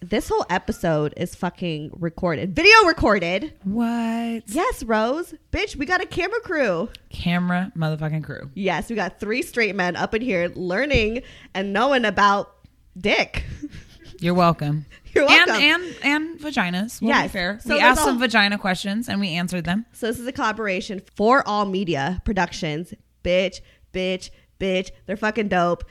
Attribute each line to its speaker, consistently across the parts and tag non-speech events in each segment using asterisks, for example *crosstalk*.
Speaker 1: this whole episode is fucking recorded, video recorded.
Speaker 2: What?
Speaker 1: Yes, Rose, bitch, we got a camera crew.
Speaker 2: Camera motherfucking crew.
Speaker 1: Yes, we got three straight men up in here learning and knowing about dick. *laughs*
Speaker 2: You're welcome.
Speaker 1: You're welcome.
Speaker 2: And and and vaginas. We'll be
Speaker 1: Yes.
Speaker 2: fair.
Speaker 1: So
Speaker 2: we
Speaker 1: there's
Speaker 2: asked some
Speaker 1: all-
Speaker 2: vagina questions and we answered them.
Speaker 1: So this is a collaboration for All Media Productions. Bitch, bitch, bitch. They're fucking dope.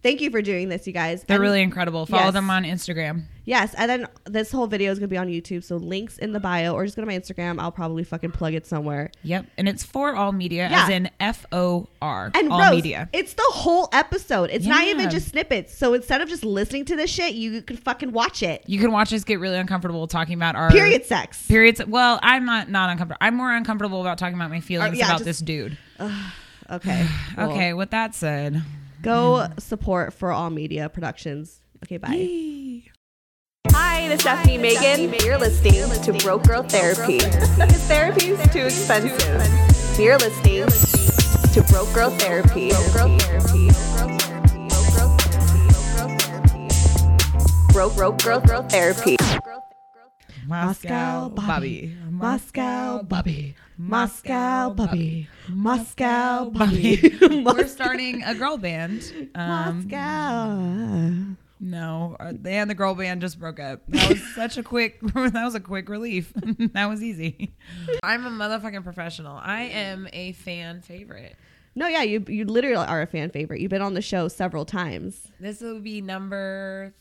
Speaker 1: Thank you for doing this, you guys.
Speaker 2: They're
Speaker 1: And-
Speaker 2: really incredible. Follow
Speaker 1: Yes.
Speaker 2: them on Instagram.
Speaker 1: Yes, and then this whole video is gonna be on YouTube. So links in the bio, or just go to my Instagram. I'll probably fucking plug it somewhere.
Speaker 2: Yep. And it's for all media,
Speaker 1: Yeah.
Speaker 2: as in F O R.
Speaker 1: And
Speaker 2: all
Speaker 1: Rose,
Speaker 2: media.
Speaker 1: it's the whole episode. It's not even
Speaker 2: Yeah.
Speaker 1: just snippets. So instead of just listening to this shit, you could fucking watch it.
Speaker 2: You can watch us get really uncomfortable talking about our
Speaker 1: Period sex.
Speaker 2: Periods. Well, I'm not not uncomfortable. I'm more uncomfortable about talking about my feelings
Speaker 1: Uh, yeah,
Speaker 2: about
Speaker 1: just-
Speaker 2: this dude. *sighs*
Speaker 1: Okay. cool.
Speaker 2: Okay. With that said,
Speaker 1: Go support for all media productions. Okay, bye. Hi, this is Stephanie Megan. You're listening to Broke Girl Therapy. Because therapy is too expensive. You're listening to Broke Girl Therapy.
Speaker 3: Broke, broke, girl, girl therapy.
Speaker 2: Moscow,
Speaker 1: Moscow
Speaker 2: Bobby.
Speaker 1: Bobby.
Speaker 2: Moscow
Speaker 1: Moscow
Speaker 2: Bobby.
Speaker 1: Moscow Bobby. Moscow
Speaker 2: Bobby.
Speaker 1: Bobby.
Speaker 2: Oh,
Speaker 1: *laughs*
Speaker 2: We're starting a girl band. Um,
Speaker 1: Moscow.
Speaker 2: No, uh, and the girl band just broke up. That was such a quick. *laughs* That was a quick relief. *laughs* that was
Speaker 1: *laughs*
Speaker 2: easy. I'm a motherfucking professional. I am a fan favorite.
Speaker 1: No, yeah, you you literally are a fan favorite. You've been on the show several times.
Speaker 2: This will be number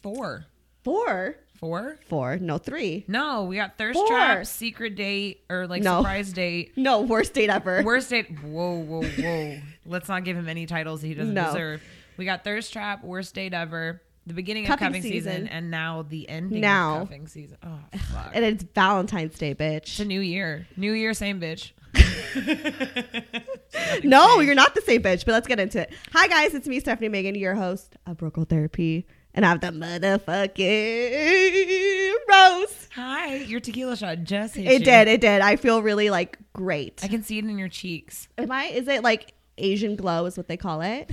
Speaker 2: four.
Speaker 1: Four,
Speaker 2: Four?
Speaker 1: four, no three.
Speaker 2: No, we got thirst
Speaker 1: Four.
Speaker 2: trap, secret date, or like
Speaker 1: No.
Speaker 2: surprise date.
Speaker 1: No, worst date ever.
Speaker 2: Worst date. Whoa, whoa, whoa. Let's not give him any titles he doesn't
Speaker 1: No.
Speaker 2: deserve. We got thirst trap, worst date ever, the beginning of
Speaker 1: Cuffing
Speaker 2: cuffing season,
Speaker 1: season.
Speaker 2: and now the ending
Speaker 1: Now.
Speaker 2: of cuffing season. Oh fuck.
Speaker 1: *laughs* and *sighs* it's Valentine's Day, bitch.
Speaker 2: It's a new year. New year, same bitch.
Speaker 1: No, you're not the same bitch, but let's get into it. Hi, guys. It's me, Stephanie Megan, your host of Brocal Therapy. And I'm the *laughs* motherfucking Rose.
Speaker 2: Hi, your tequila shot just hit
Speaker 1: It
Speaker 2: you.
Speaker 1: did. It did. I feel really like great.
Speaker 2: I can see it in your cheeks.
Speaker 1: Am I, is it like Asian glow is what they call it?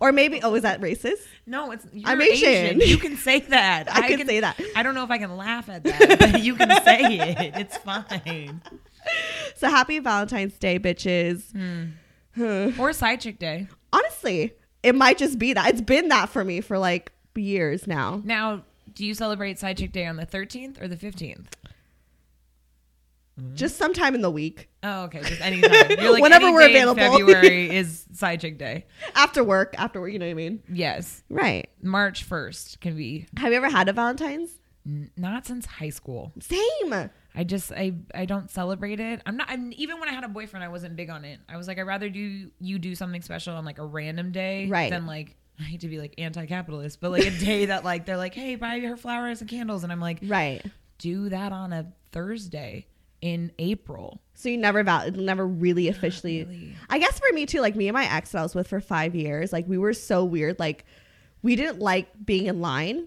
Speaker 1: Or maybe, oh, is that racist?
Speaker 2: No, it's you're
Speaker 1: I'm
Speaker 2: Asian.
Speaker 1: Asian.
Speaker 2: You can say that.
Speaker 1: *laughs* I can say that.
Speaker 2: I don't know if I can laugh at that, but you can
Speaker 1: *laughs*
Speaker 2: say it. It's fine.
Speaker 1: So happy Valentine's Day, bitches.
Speaker 2: Or side chick day.
Speaker 1: Honestly, it might just be that. It's been that for me for like years now.
Speaker 2: Now, do you celebrate side chick day on the 13th or the 15th?
Speaker 1: Just sometime in the week.
Speaker 2: Oh, okay. Just
Speaker 1: *laughs*
Speaker 2: anytime. You're like,
Speaker 1: Whenever
Speaker 2: any
Speaker 1: we're
Speaker 2: day in
Speaker 1: available. *laughs*
Speaker 2: February is side chick day.
Speaker 1: After work, after work, you know what I mean?
Speaker 2: Yes.
Speaker 1: Right.
Speaker 2: March 1st can be
Speaker 1: Have you ever had a Valentine's?
Speaker 2: not since high school.
Speaker 1: Same.
Speaker 2: I just I I don't celebrate it. I'm not. I'm, even when I had a boyfriend, I wasn't big on it. I was like, I'd rather do you do something special on like a random day,
Speaker 1: Right.
Speaker 2: Than like *laughs* I hate to be like anti-capitalist, but like a day that like they're like, hey, buy her flowers and candles, and I'm like,
Speaker 1: Right.
Speaker 2: do that on a Thursday in April.
Speaker 1: So you never val- never really officially. I guess for me too, like me and my ex that I was with for five years, like we were so weird. Like we didn't like being in line.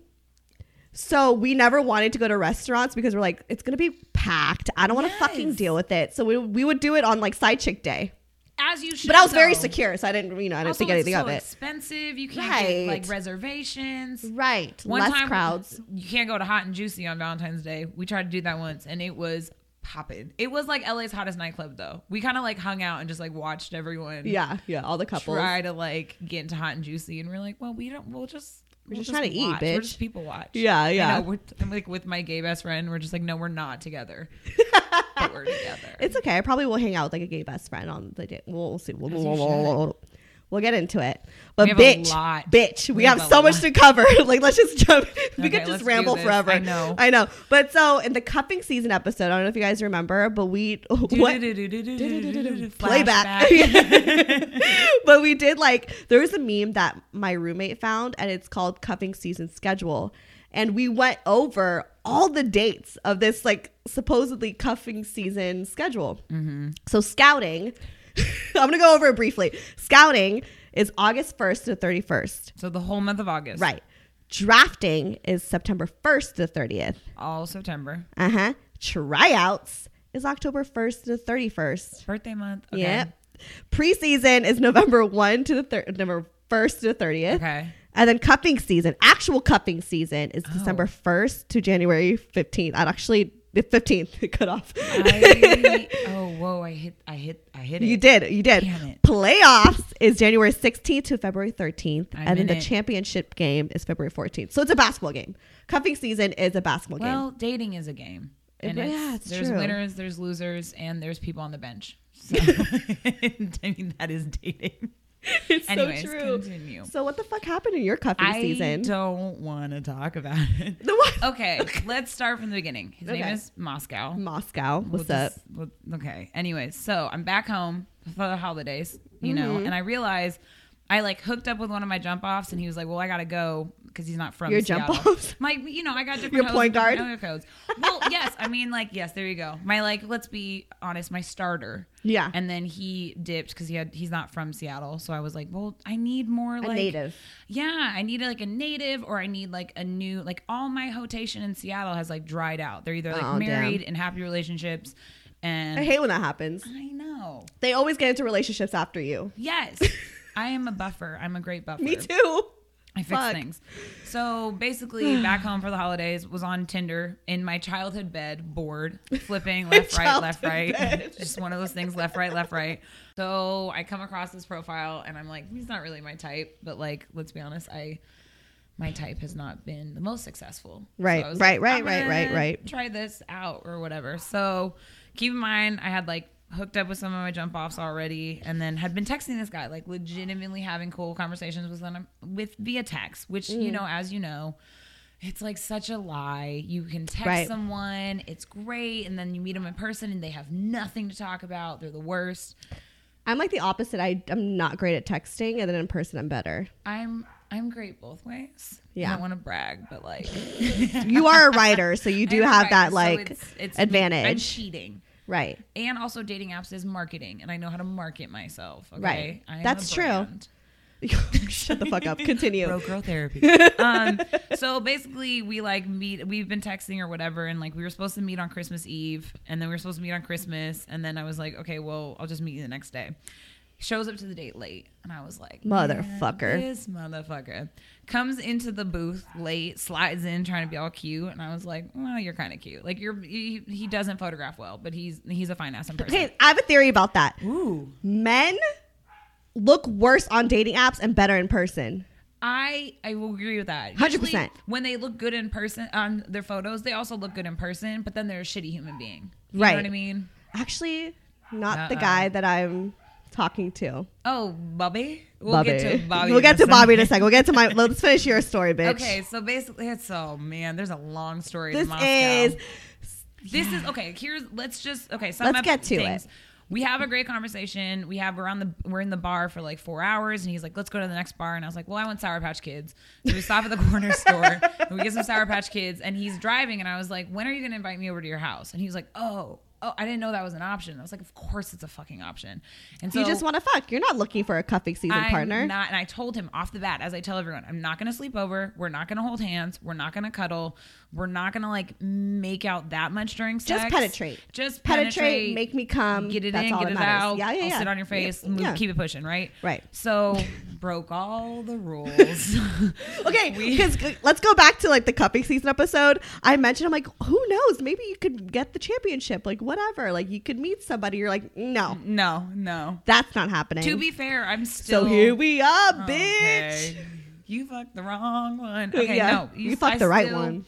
Speaker 1: So we never wanted to go to restaurants because we're like, it's gonna be packed. I don't want to fucking
Speaker 2: Yes.
Speaker 1: deal with it. So we, we would do it on like side chick day.
Speaker 2: As you should.
Speaker 1: But I was very
Speaker 2: though.
Speaker 1: secure, so I didn't you know I didn't
Speaker 2: Also,
Speaker 1: think
Speaker 2: it's
Speaker 1: anything
Speaker 2: so
Speaker 1: of it.
Speaker 2: Expensive. You can't get
Speaker 1: Right.
Speaker 2: like reservations.
Speaker 1: Right. Less crowds.
Speaker 2: You can't go to Hot and Juicy on Valentine's Day. We tried to do that once and it was popping. It was like LA's hottest nightclub though. We kind of like hung out and just like watched everyone
Speaker 1: Yeah, yeah. All the couples.
Speaker 2: try to like get into Hot and Juicy and we're like, well, we don't, we'll just. We're
Speaker 1: just trying to eat,
Speaker 2: watch. We're
Speaker 1: bitch.
Speaker 2: just people watch.
Speaker 1: Yeah,
Speaker 2: I
Speaker 1: yeah.
Speaker 2: know, we're- I'm like with my gay best friend. We're just like, no, we're not together. but we're together.
Speaker 1: It's okay. I probably will hang out with like a gay best friend on the day. We'll see. We'll, we'll, get into it. But
Speaker 2: have a
Speaker 1: bitch,
Speaker 2: lot.
Speaker 1: bitch, we,
Speaker 2: We
Speaker 1: have,
Speaker 2: have a
Speaker 1: so much
Speaker 2: lot.
Speaker 1: to cover. *laughs* like let's just jump. we
Speaker 2: Okay,
Speaker 1: could
Speaker 2: let's
Speaker 1: just
Speaker 2: do
Speaker 1: ramble
Speaker 2: this.
Speaker 1: forever.
Speaker 2: I know.
Speaker 1: I know. But so in the cupping season episode, I don't know if you guys remember, but we *laughs* what
Speaker 2: Playback.
Speaker 1: playback. *laughs* but we did like there was a meme that my roommate found and it's called cuffing season schedule and we went over all the dates of this like supposedly cuffing season schedule. So scouting, *laughs* I'm gonna go over it briefly. Scouting is August 1st to 31st,
Speaker 2: So the whole month of August.
Speaker 1: right? Drafting is September 1st to 30th.
Speaker 2: All September.
Speaker 1: Uh huh. Tryouts is October 1st to 31st.
Speaker 2: Birthday month. Okay.
Speaker 1: Yep. Preseason is November 1 to the thir- November 1st to the 30th. *laughs*
Speaker 2: Okay.
Speaker 1: And then cupping season, actual cupping season
Speaker 2: Oh.
Speaker 1: is December 1st to January 15th. I'd actually, the *laughs* 15th cut off.
Speaker 2: I, oh whoa! I hit. I hit. I hit it.
Speaker 1: *laughs* you did. You did.
Speaker 2: Damn it.
Speaker 1: Playoffs is January 16th to February 13th.
Speaker 2: I'm
Speaker 1: and then
Speaker 2: in
Speaker 1: the
Speaker 2: it.
Speaker 1: championship game is February 14th. So it's a basketball game. Cupping season is a basketball game.
Speaker 2: Well, dating is a game, and
Speaker 1: Yeah,
Speaker 2: it's,
Speaker 1: it's
Speaker 2: there's
Speaker 1: true.
Speaker 2: winners, there's losers, and there's people on the bench.
Speaker 1: *laughs*
Speaker 2: So, *laughs* I mean, that is dating.
Speaker 1: *laughs* It's
Speaker 2: anyways,
Speaker 1: so true.
Speaker 2: continue.
Speaker 1: So what the fuck happened in your cupping
Speaker 2: I
Speaker 1: season?
Speaker 2: don't want to talk about it.
Speaker 1: *laughs* The what?
Speaker 2: Okay, let's start from the beginning. His
Speaker 1: Okay.
Speaker 2: name is Moscow.
Speaker 1: Moscow.
Speaker 2: We'll
Speaker 1: What's up?
Speaker 2: just- we'll- okay. Anyways, so I'm back home for the holidays, you know,
Speaker 1: Mm-hmm.
Speaker 2: and I realized I like hooked up with one of my jump offs, and he was like, "Well, I gotta go because he's not from
Speaker 1: Your jump
Speaker 2: Seattle.
Speaker 1: offs?
Speaker 2: *laughs* My, you know, I got different
Speaker 1: Your
Speaker 2: hosts
Speaker 1: point
Speaker 2: and different
Speaker 1: guard?
Speaker 2: area codes. Well, *laughs* yes, I mean, like, yes, there you go. My like, let's be honest, my starter.
Speaker 1: Yeah.
Speaker 2: And then he dipped because he had he's not from Seattle, so I was like, well, I need more like
Speaker 1: native.
Speaker 2: yeah, I need like a native or I need like a new like all my hotation in Seattle has like dried out. They're either like
Speaker 1: Oh, damn.
Speaker 2: married and happy relationships and
Speaker 1: I hate when that happens.
Speaker 2: I know.
Speaker 1: They always get into relationships after you.
Speaker 2: Yes.
Speaker 1: *laughs*
Speaker 2: I am a buffer. I'm a great buffer.
Speaker 1: Me too.
Speaker 2: I fix
Speaker 1: Fuck.
Speaker 2: things. So
Speaker 1: *sighs*
Speaker 2: basically, back home for the holidays, was on Tinder in my childhood bed,
Speaker 1: *laughs*
Speaker 2: bored, flipping left, right, left,
Speaker 1: childhood
Speaker 2: right.
Speaker 1: bed.
Speaker 2: *laughs* Just one of those things, left, right, left, right. So I come across this profile and I'm like, he's not really my type, but like, let's be honest, I. My type has not been the most successful. So
Speaker 1: Right,
Speaker 2: I was
Speaker 1: right, right,
Speaker 2: I'm
Speaker 1: right, right,
Speaker 2: gonna
Speaker 1: right.
Speaker 2: Try this out or whatever. So keep in mind, I had like hooked up with some of my jump offs already, and then had been texting this guy, like legitimately having cool conversations with them with via text, which
Speaker 1: Mm.
Speaker 2: you know, as you know. It's like such a lie. You can text
Speaker 1: Right.
Speaker 2: someone, it's great, and then you meet them in person and they have nothing to talk about. They're the worst.
Speaker 1: I'm like the opposite. I, I'm not great at texting, and then in person, I'm better.
Speaker 2: I'm I'm great both ways.
Speaker 1: Yeah.
Speaker 2: I don't want to brag, but
Speaker 1: *laughs*
Speaker 2: like
Speaker 1: You are a writer,
Speaker 2: *laughs*
Speaker 1: so you
Speaker 2: I'm
Speaker 1: do
Speaker 2: a
Speaker 1: have
Speaker 2: writer,
Speaker 1: that
Speaker 2: so
Speaker 1: like
Speaker 2: it's- it's- I'm
Speaker 1: advantage.
Speaker 2: cheating. *laughs*
Speaker 1: right.
Speaker 2: and also dating apps is marketing and i know how to market myself okay
Speaker 1: Right.
Speaker 2: I am
Speaker 1: That's
Speaker 2: a
Speaker 1: true.
Speaker 2: brand.
Speaker 1: Shut the fuck up. Continue.
Speaker 2: Bro girl therapy. um, so basically, we like meet. We've been texting or whatever, and like we were supposed to meet on Christmas Eve, and then we were supposed to meet on Christmas, and then I was like, okay, well, I'll just meet you the next day. Shows up to the date late, and I was like, man,
Speaker 1: Motherfucker.
Speaker 2: this motherfucker comes into the booth late, slides in trying to be all cute, and I was like, well, you're kind of cute. Like you're, he, he doesn't photograph well, but he's he's a fine ass in person.
Speaker 1: Okay, I have a theory about that.
Speaker 2: Ooh.
Speaker 1: Men look worse on dating apps and better in person.
Speaker 2: I I will agree with that.
Speaker 1: 100%.
Speaker 2: Usually, When they look good in person on their photos, they also look good in person, but then they're a shitty human being. You
Speaker 1: Right.
Speaker 2: know what I mean?
Speaker 1: Actually, not the
Speaker 2: Uh-uh.
Speaker 1: guy that I'm talking to.
Speaker 2: Oh, Bobby. We'll
Speaker 1: Bobby.
Speaker 2: get to Bobby.
Speaker 1: we'll
Speaker 2: in
Speaker 1: get
Speaker 2: a
Speaker 1: to
Speaker 2: second.
Speaker 1: Bobby in a second. We'll get to my. Let's finish
Speaker 2: *laughs*
Speaker 1: your story, bitch.
Speaker 2: Okay, so basically, it's oh man, there's a long story.
Speaker 1: This
Speaker 2: to Moscow.
Speaker 1: is
Speaker 2: This is okay. Here's let's just okay. Sum
Speaker 1: Let's
Speaker 2: up
Speaker 1: get to
Speaker 2: things.
Speaker 1: it.
Speaker 2: We have a great conversation. We have we're on the we're in the bar for like four hours, and he's like, "Let's go to the next bar." And I was like, "Well, I want Sour Patch Kids." So we stop at the
Speaker 1: *laughs*
Speaker 2: corner store and we get some Sour Patch Kids. And he's driving, and I was like, "When are you going to invite me over to your house?" And he was like, "Oh, oh, I didn't know that was an option." I was like, "Of course, it's a fucking option." And so
Speaker 1: you just want to fuck. You're not looking for a cuffing season
Speaker 2: I'm
Speaker 1: partner.
Speaker 2: Not, and I told him off the bat, as I tell everyone, I'm not going to sleep over. We're not going to hold hands. We're not going to cuddle. We're not going to like make out that much during sex.
Speaker 1: Just penetrate.
Speaker 2: Just
Speaker 1: penetrate.
Speaker 2: penetrate.
Speaker 1: Make me come.
Speaker 2: Get it
Speaker 1: That's
Speaker 2: in.
Speaker 1: all
Speaker 2: Get
Speaker 1: that
Speaker 2: it
Speaker 1: matters.
Speaker 2: out.
Speaker 1: Yeah, yeah,
Speaker 2: I'll
Speaker 1: yeah.
Speaker 2: sit on your face.
Speaker 1: Yeah,
Speaker 2: move-
Speaker 1: yeah.
Speaker 2: Keep it pushing. Right.
Speaker 1: Right. *laughs*
Speaker 2: So broke all the rules.
Speaker 1: Okay, *laughs*
Speaker 2: We-
Speaker 1: because let's go back to like the cupping season episode. I mentioned, I'm like, who knows? Maybe you could get the championship, like whatever. Like you could meet somebody. You're like, no,
Speaker 2: no, no.
Speaker 1: that's not happening.
Speaker 2: Mm. To be fair, I'm still
Speaker 1: so here we are, bitch.
Speaker 2: Okay. You fucked the wrong one. Okay,
Speaker 1: *laughs* yeah,
Speaker 2: no,
Speaker 1: you,
Speaker 2: I
Speaker 1: fucked the right
Speaker 2: still-
Speaker 1: one.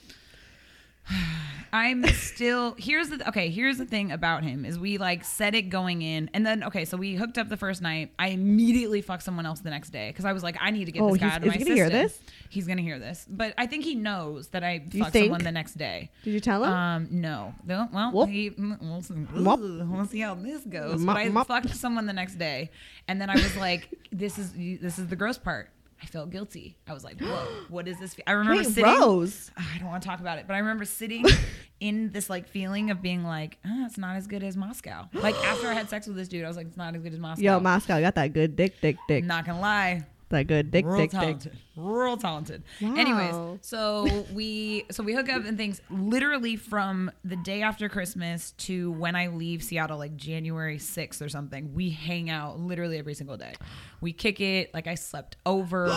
Speaker 2: I'm still here's the okay. Here's the thing about him is we like said it going in, and then okay, so we hooked up the first night. I immediately fucked someone else the next day because I was like, I need to get
Speaker 1: Oh,
Speaker 2: this guy
Speaker 1: he's-
Speaker 2: out of
Speaker 1: is
Speaker 2: my
Speaker 1: he
Speaker 2: system.
Speaker 1: gonna hear this?
Speaker 2: He's gonna hear this, but I think he knows that I
Speaker 1: you
Speaker 2: fucked someone
Speaker 1: think?
Speaker 2: the next day.
Speaker 1: Did you tell him?
Speaker 2: Um, no, no well,
Speaker 1: Whoop.
Speaker 2: he, mm, we'll, see,
Speaker 1: Whoop.
Speaker 2: Ooh, we'll see how this goes.
Speaker 1: Mop,
Speaker 2: But I *laughs*
Speaker 1: mop.
Speaker 2: fucked someone the next day, and then I was like, "This is this is the gross part. I felt guilty. I was like, whoa, what is this? fe- I remember
Speaker 1: Wait,
Speaker 2: sitting.
Speaker 1: Rose.
Speaker 2: *sighs* I don't want to talk about it, but I remember
Speaker 1: *laughs*
Speaker 2: sitting in this like feeling of being like, ah, it's not as good as
Speaker 1: *gasps*
Speaker 2: Moscow. Like after I had sex with this dude, I was like, it's not as good as Moscow.
Speaker 1: Yo, Moscow got that good dick, dick, dick.
Speaker 2: I'm not gonna lie.
Speaker 1: That good dick,
Speaker 2: Real
Speaker 1: dick, dick.
Speaker 2: talented. Real talented.
Speaker 1: Wow.
Speaker 2: Anyways, so we so we hook up and things literally from the day after Christmas to when I leave Seattle, like January sixth or something. We hang out literally every single day. We kick it. Like I slept
Speaker 1: *gasps*
Speaker 2: over.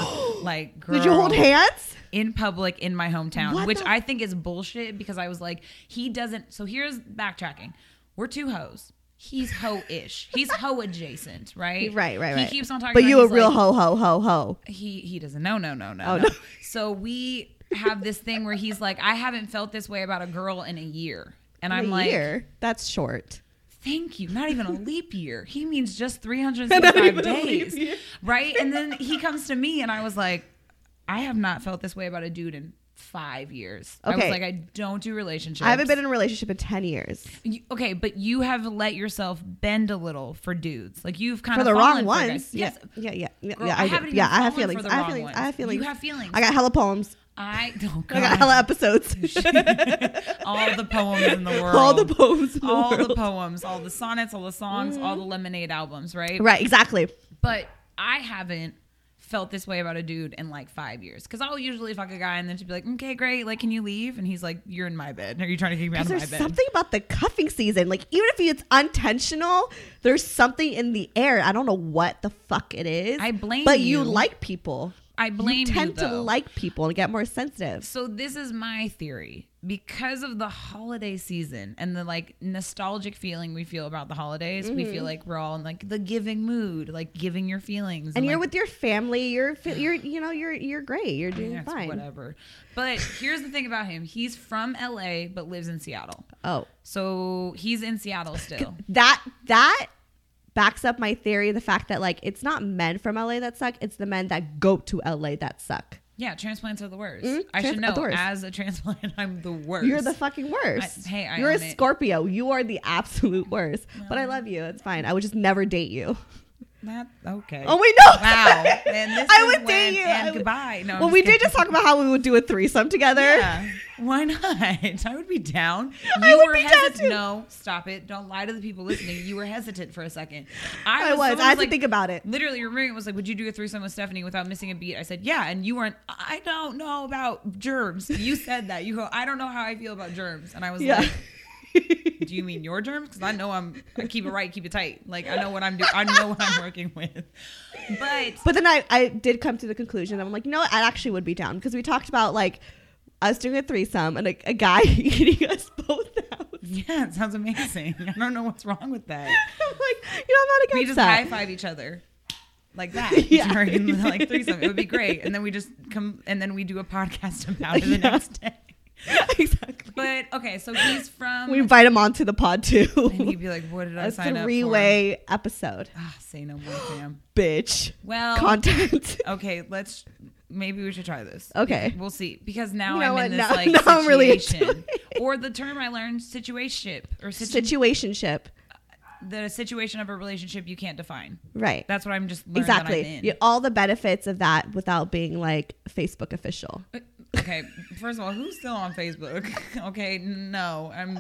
Speaker 2: like girl,
Speaker 1: Did you hold hands?
Speaker 2: in public in my hometown,
Speaker 1: What
Speaker 2: which
Speaker 1: the-
Speaker 2: I think is bullshit because I was like, he doesn't. So here's backtracking. We're two hoes. He's hoe-ish.
Speaker 1: *laughs*
Speaker 2: He's hoe adjacent, right?
Speaker 1: Right, right,
Speaker 2: He
Speaker 1: right.
Speaker 2: keeps on talking.
Speaker 1: But
Speaker 2: about
Speaker 1: you a
Speaker 2: he's
Speaker 1: real
Speaker 2: like-
Speaker 1: ho, ho, ho, ho.
Speaker 2: he he doesn't know no no no,
Speaker 1: Oh,
Speaker 2: no.
Speaker 1: no.
Speaker 2: so we have this thing where he's like i haven't felt this way about a girl in a year and i'm
Speaker 1: a
Speaker 2: like
Speaker 1: year. That's short.
Speaker 2: thank you not even
Speaker 1: *laughs*
Speaker 2: a leap year he means just 365
Speaker 1: even a leap
Speaker 2: days
Speaker 1: year.
Speaker 2: right and then he comes to me and i was like i have not felt this way about a dude in five years i was
Speaker 1: Okay.
Speaker 2: like i don't do relationships
Speaker 1: I haven't been in a relationship in 10 years.
Speaker 2: you, okay, but you have let yourself bend a little for dudes. Like you've kind
Speaker 1: For
Speaker 2: of
Speaker 1: the
Speaker 2: fallen
Speaker 1: wrong
Speaker 2: for guys.
Speaker 1: ones. Yeah,
Speaker 2: Yes,
Speaker 1: yeah, yeah. Yeah,
Speaker 2: Girl,
Speaker 1: yeah,
Speaker 2: I
Speaker 1: I, do.
Speaker 2: haven't even
Speaker 1: yeah I
Speaker 2: fallen
Speaker 1: have
Speaker 2: for
Speaker 1: feelings.
Speaker 2: the
Speaker 1: I have
Speaker 2: wrong
Speaker 1: feelings. I
Speaker 2: ones.
Speaker 1: have feelings.
Speaker 2: You have feelings.
Speaker 1: I got hella poems.
Speaker 2: I *laughs* oh god.
Speaker 1: I got hella episodes. *laughs*
Speaker 2: all the poems in the world.
Speaker 1: All the poems in the
Speaker 2: all the
Speaker 1: world. Mm.
Speaker 2: poems, all the sonnets, all the songs, all the lemonade albums, right?
Speaker 1: right, exactly.
Speaker 2: But I haven't felt this way about a dude in like five years because I'll usually fuck a guy and then she'd be like, "Okay, great. Like, can you leave?" And he's like, "You're in my bed. Are you trying to kick me out of my
Speaker 1: There's
Speaker 2: bed?"
Speaker 1: something about the cuffing season. Like, even if it's unintentional, there's something in the air. I don't know what the fuck it is.
Speaker 2: I blame
Speaker 1: But you
Speaker 2: you.
Speaker 1: like people.
Speaker 2: I blame you,
Speaker 1: you. tend to
Speaker 2: though.
Speaker 1: like people and get more sensitive.
Speaker 2: So this is my theory. Because of the holiday season and the like nostalgic feeling we feel about the holidays, we
Speaker 1: Mm-hmm.
Speaker 2: feel like we're all in like the giving mood, like giving your feelings.
Speaker 1: And you're
Speaker 2: like,
Speaker 1: with your family. You're, fi- you're, you know, you're, you're great. You're doing
Speaker 2: That's
Speaker 1: fine.
Speaker 2: whatever. But here's the thing about him. He's from LA but lives in Seattle.
Speaker 1: Oh,
Speaker 2: So he's in
Speaker 1: *laughs*
Speaker 2: Seattle still.
Speaker 1: that that backs up my theory the fact that like it's not men from LA that suck it's the men that go to LA that suck
Speaker 2: Yeah, transplants are the worst.
Speaker 1: Mm,
Speaker 2: I
Speaker 1: trans-
Speaker 2: should
Speaker 1: are
Speaker 2: know.
Speaker 1: the worst.
Speaker 2: As a *laughs* transplant, I'm the worst.
Speaker 1: you're the fucking worst
Speaker 2: I- hey, I
Speaker 1: you're a
Speaker 2: own it.
Speaker 1: Scorpio you are the absolute worst but I love you it's fine I would just never date you
Speaker 2: that okay.
Speaker 1: oh wait no
Speaker 2: Wow.
Speaker 1: *laughs*
Speaker 2: And this
Speaker 1: I
Speaker 2: is when-
Speaker 1: would date you
Speaker 2: and
Speaker 1: I would-
Speaker 2: goodbye. No, I'm
Speaker 1: well
Speaker 2: just
Speaker 1: we
Speaker 2: kidding.
Speaker 1: did just talk about how we would do a threesome together
Speaker 2: Yeah. Why not? *laughs* I would be down.
Speaker 1: I
Speaker 2: You
Speaker 1: would
Speaker 2: were
Speaker 1: be down, too.
Speaker 2: hesitant. No, stop it. Don't lie to the people listening. You were hesitant for a second.
Speaker 1: *laughs* I was.
Speaker 2: someone
Speaker 1: I had to think
Speaker 2: *laughs*
Speaker 1: about it.
Speaker 2: Literally, your roommate was like, Would you do a threesome with Stephanie without missing a beat? I said, Yeah. And you weren't, I don't know about germs. You said that. You go, I don't know how I feel about germs. And I was
Speaker 1: yeah
Speaker 2: like, do you mean your germs? Because I know I'm. I keep it right, keep it tight. Like I know what I'm doing. I know what I'm working with. But
Speaker 1: But then I, I did come to the conclusion that I'm like, you know what? I actually would be down because we talked about like us doing a threesome and a, a guy *laughs* eating us both out. *laughs*
Speaker 2: yeah, it sounds amazing. I don't know what's wrong with that.
Speaker 1: I'm like, you know, I'm not against
Speaker 2: we just
Speaker 1: that.
Speaker 2: high five each other like that
Speaker 1: *laughs* Yeah.
Speaker 2: during the, like threesome. It would be great, and then we just come and then we do a podcast about it the next day.
Speaker 1: *laughs* exactly.
Speaker 2: But okay, so he's from.
Speaker 1: We invite him onto the pod
Speaker 2: *laughs*
Speaker 1: *laughs*
Speaker 2: and
Speaker 1: too.
Speaker 2: he'd be like, "What did I
Speaker 1: A
Speaker 2: sign up for?"
Speaker 1: three-way episode,
Speaker 2: Ah, say no more, fam.
Speaker 1: bitch.
Speaker 2: Well, *laughs*
Speaker 1: Content. *laughs*
Speaker 2: okay, let's. Maybe we should try this.
Speaker 1: Okay.
Speaker 2: we'll see. Because now
Speaker 1: You know
Speaker 2: I'm in
Speaker 1: what?
Speaker 2: this
Speaker 1: Now-
Speaker 2: like
Speaker 1: *laughs* now I'm really into
Speaker 2: situation, or the term I learned, situationship, or situ-
Speaker 1: Situationship.
Speaker 2: the situation of a relationship you can't define.
Speaker 1: Right.
Speaker 2: That's what I'm just learning That I'm
Speaker 1: exactly.
Speaker 2: in.
Speaker 1: Yeah, all the benefits of that without being like Facebook official.
Speaker 2: Uh, okay first of all who's still on facebook *laughs* okay no i'm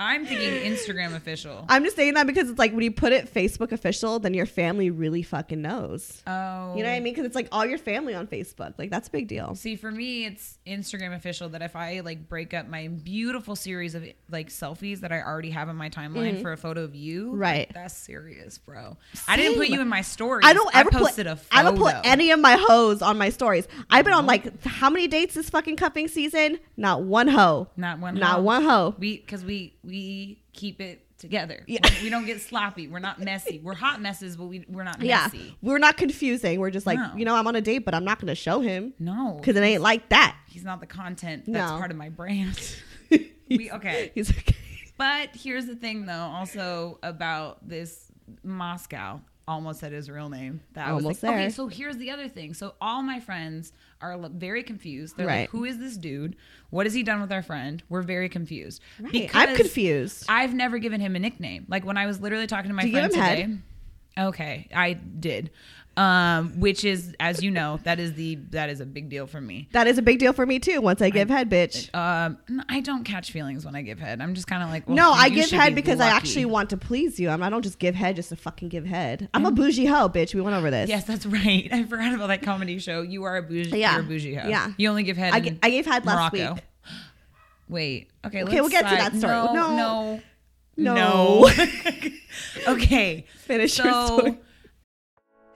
Speaker 2: i'm thinking instagram official
Speaker 1: I'm just saying that because it's like when you put it Facebook official, then your family really fucking knows.
Speaker 2: oh
Speaker 1: You know what I mean? Because it's like all your family on Facebook. Like that's a big deal.
Speaker 2: see for me it's instagram official that if i like break up my beautiful series of like selfies that i already have in my timeline for a photo of you like,
Speaker 1: Mm-hmm. Right.
Speaker 2: that's serious bro i didn't put
Speaker 1: Same.
Speaker 2: you in my story
Speaker 1: I don't ever
Speaker 2: I posted
Speaker 1: put.
Speaker 2: a photo Mm-hmm.
Speaker 1: I don't put any of my hoes on my stories. I've been on like how many dates this fucking cuffing season? Not one hoe.
Speaker 2: not one
Speaker 1: Not
Speaker 2: hoe.
Speaker 1: one hoe.
Speaker 2: we because we we keep it together
Speaker 1: Yeah.
Speaker 2: we, we don't get sloppy we're not messy we're hot messes but we, we're not
Speaker 1: Yeah,
Speaker 2: messy
Speaker 1: we're not confusing. We're just like
Speaker 2: No.
Speaker 1: you know I'm on a date, but I'm not gonna show him
Speaker 2: no
Speaker 1: because it ain't like that.
Speaker 2: he's not the content that's
Speaker 1: No.
Speaker 2: part of my brand.
Speaker 1: *laughs*
Speaker 2: we okay.
Speaker 1: He's *laughs* okay.
Speaker 2: But here's the thing though, also about this Moscow. Almost said his real name. That
Speaker 1: Almost
Speaker 2: was like,
Speaker 1: there.
Speaker 2: okay. So here's the other thing. So all my friends are l- very confused. They're
Speaker 1: Right.
Speaker 2: like, "Who is this dude? What has he done with our friend?" We're very confused
Speaker 1: I'm confused.
Speaker 2: I've never given him a nickname. Like when I was literally talking to my
Speaker 1: Did you
Speaker 2: friend
Speaker 1: give him
Speaker 2: today.
Speaker 1: head?
Speaker 2: Okay, I did. um, which is, as you know, that is the that is a big deal for me.
Speaker 1: That is a big deal for me too. Once I give head, bitch.
Speaker 2: Um, n- I don't catch feelings when I give head. I'm just kind of like, oh, well,
Speaker 1: no, I
Speaker 2: you
Speaker 1: give
Speaker 2: should
Speaker 1: head
Speaker 2: be
Speaker 1: because I
Speaker 2: lucky.
Speaker 1: actually want to please you. I'm, I don't just give head just to fucking give head.
Speaker 2: Mm-hmm.
Speaker 1: I'm a bougie hoe, bitch. We went over this.
Speaker 2: Yes, that's right. *laughs* I forgot about that comedy show. You are a bougie.
Speaker 1: Yeah.
Speaker 2: You're a bougie hoe.
Speaker 1: Yeah.
Speaker 2: You only give head.
Speaker 1: I,
Speaker 2: in
Speaker 1: gi- I gave head last
Speaker 2: Morocco.
Speaker 1: week.
Speaker 2: Wait. Okay. let's
Speaker 1: Okay, we'll get to
Speaker 2: side-
Speaker 1: that story.
Speaker 2: No.
Speaker 1: No.
Speaker 2: No.
Speaker 1: No.
Speaker 2: *laughs*
Speaker 1: *laughs*
Speaker 2: okay.
Speaker 1: Finish your
Speaker 2: so,
Speaker 1: story.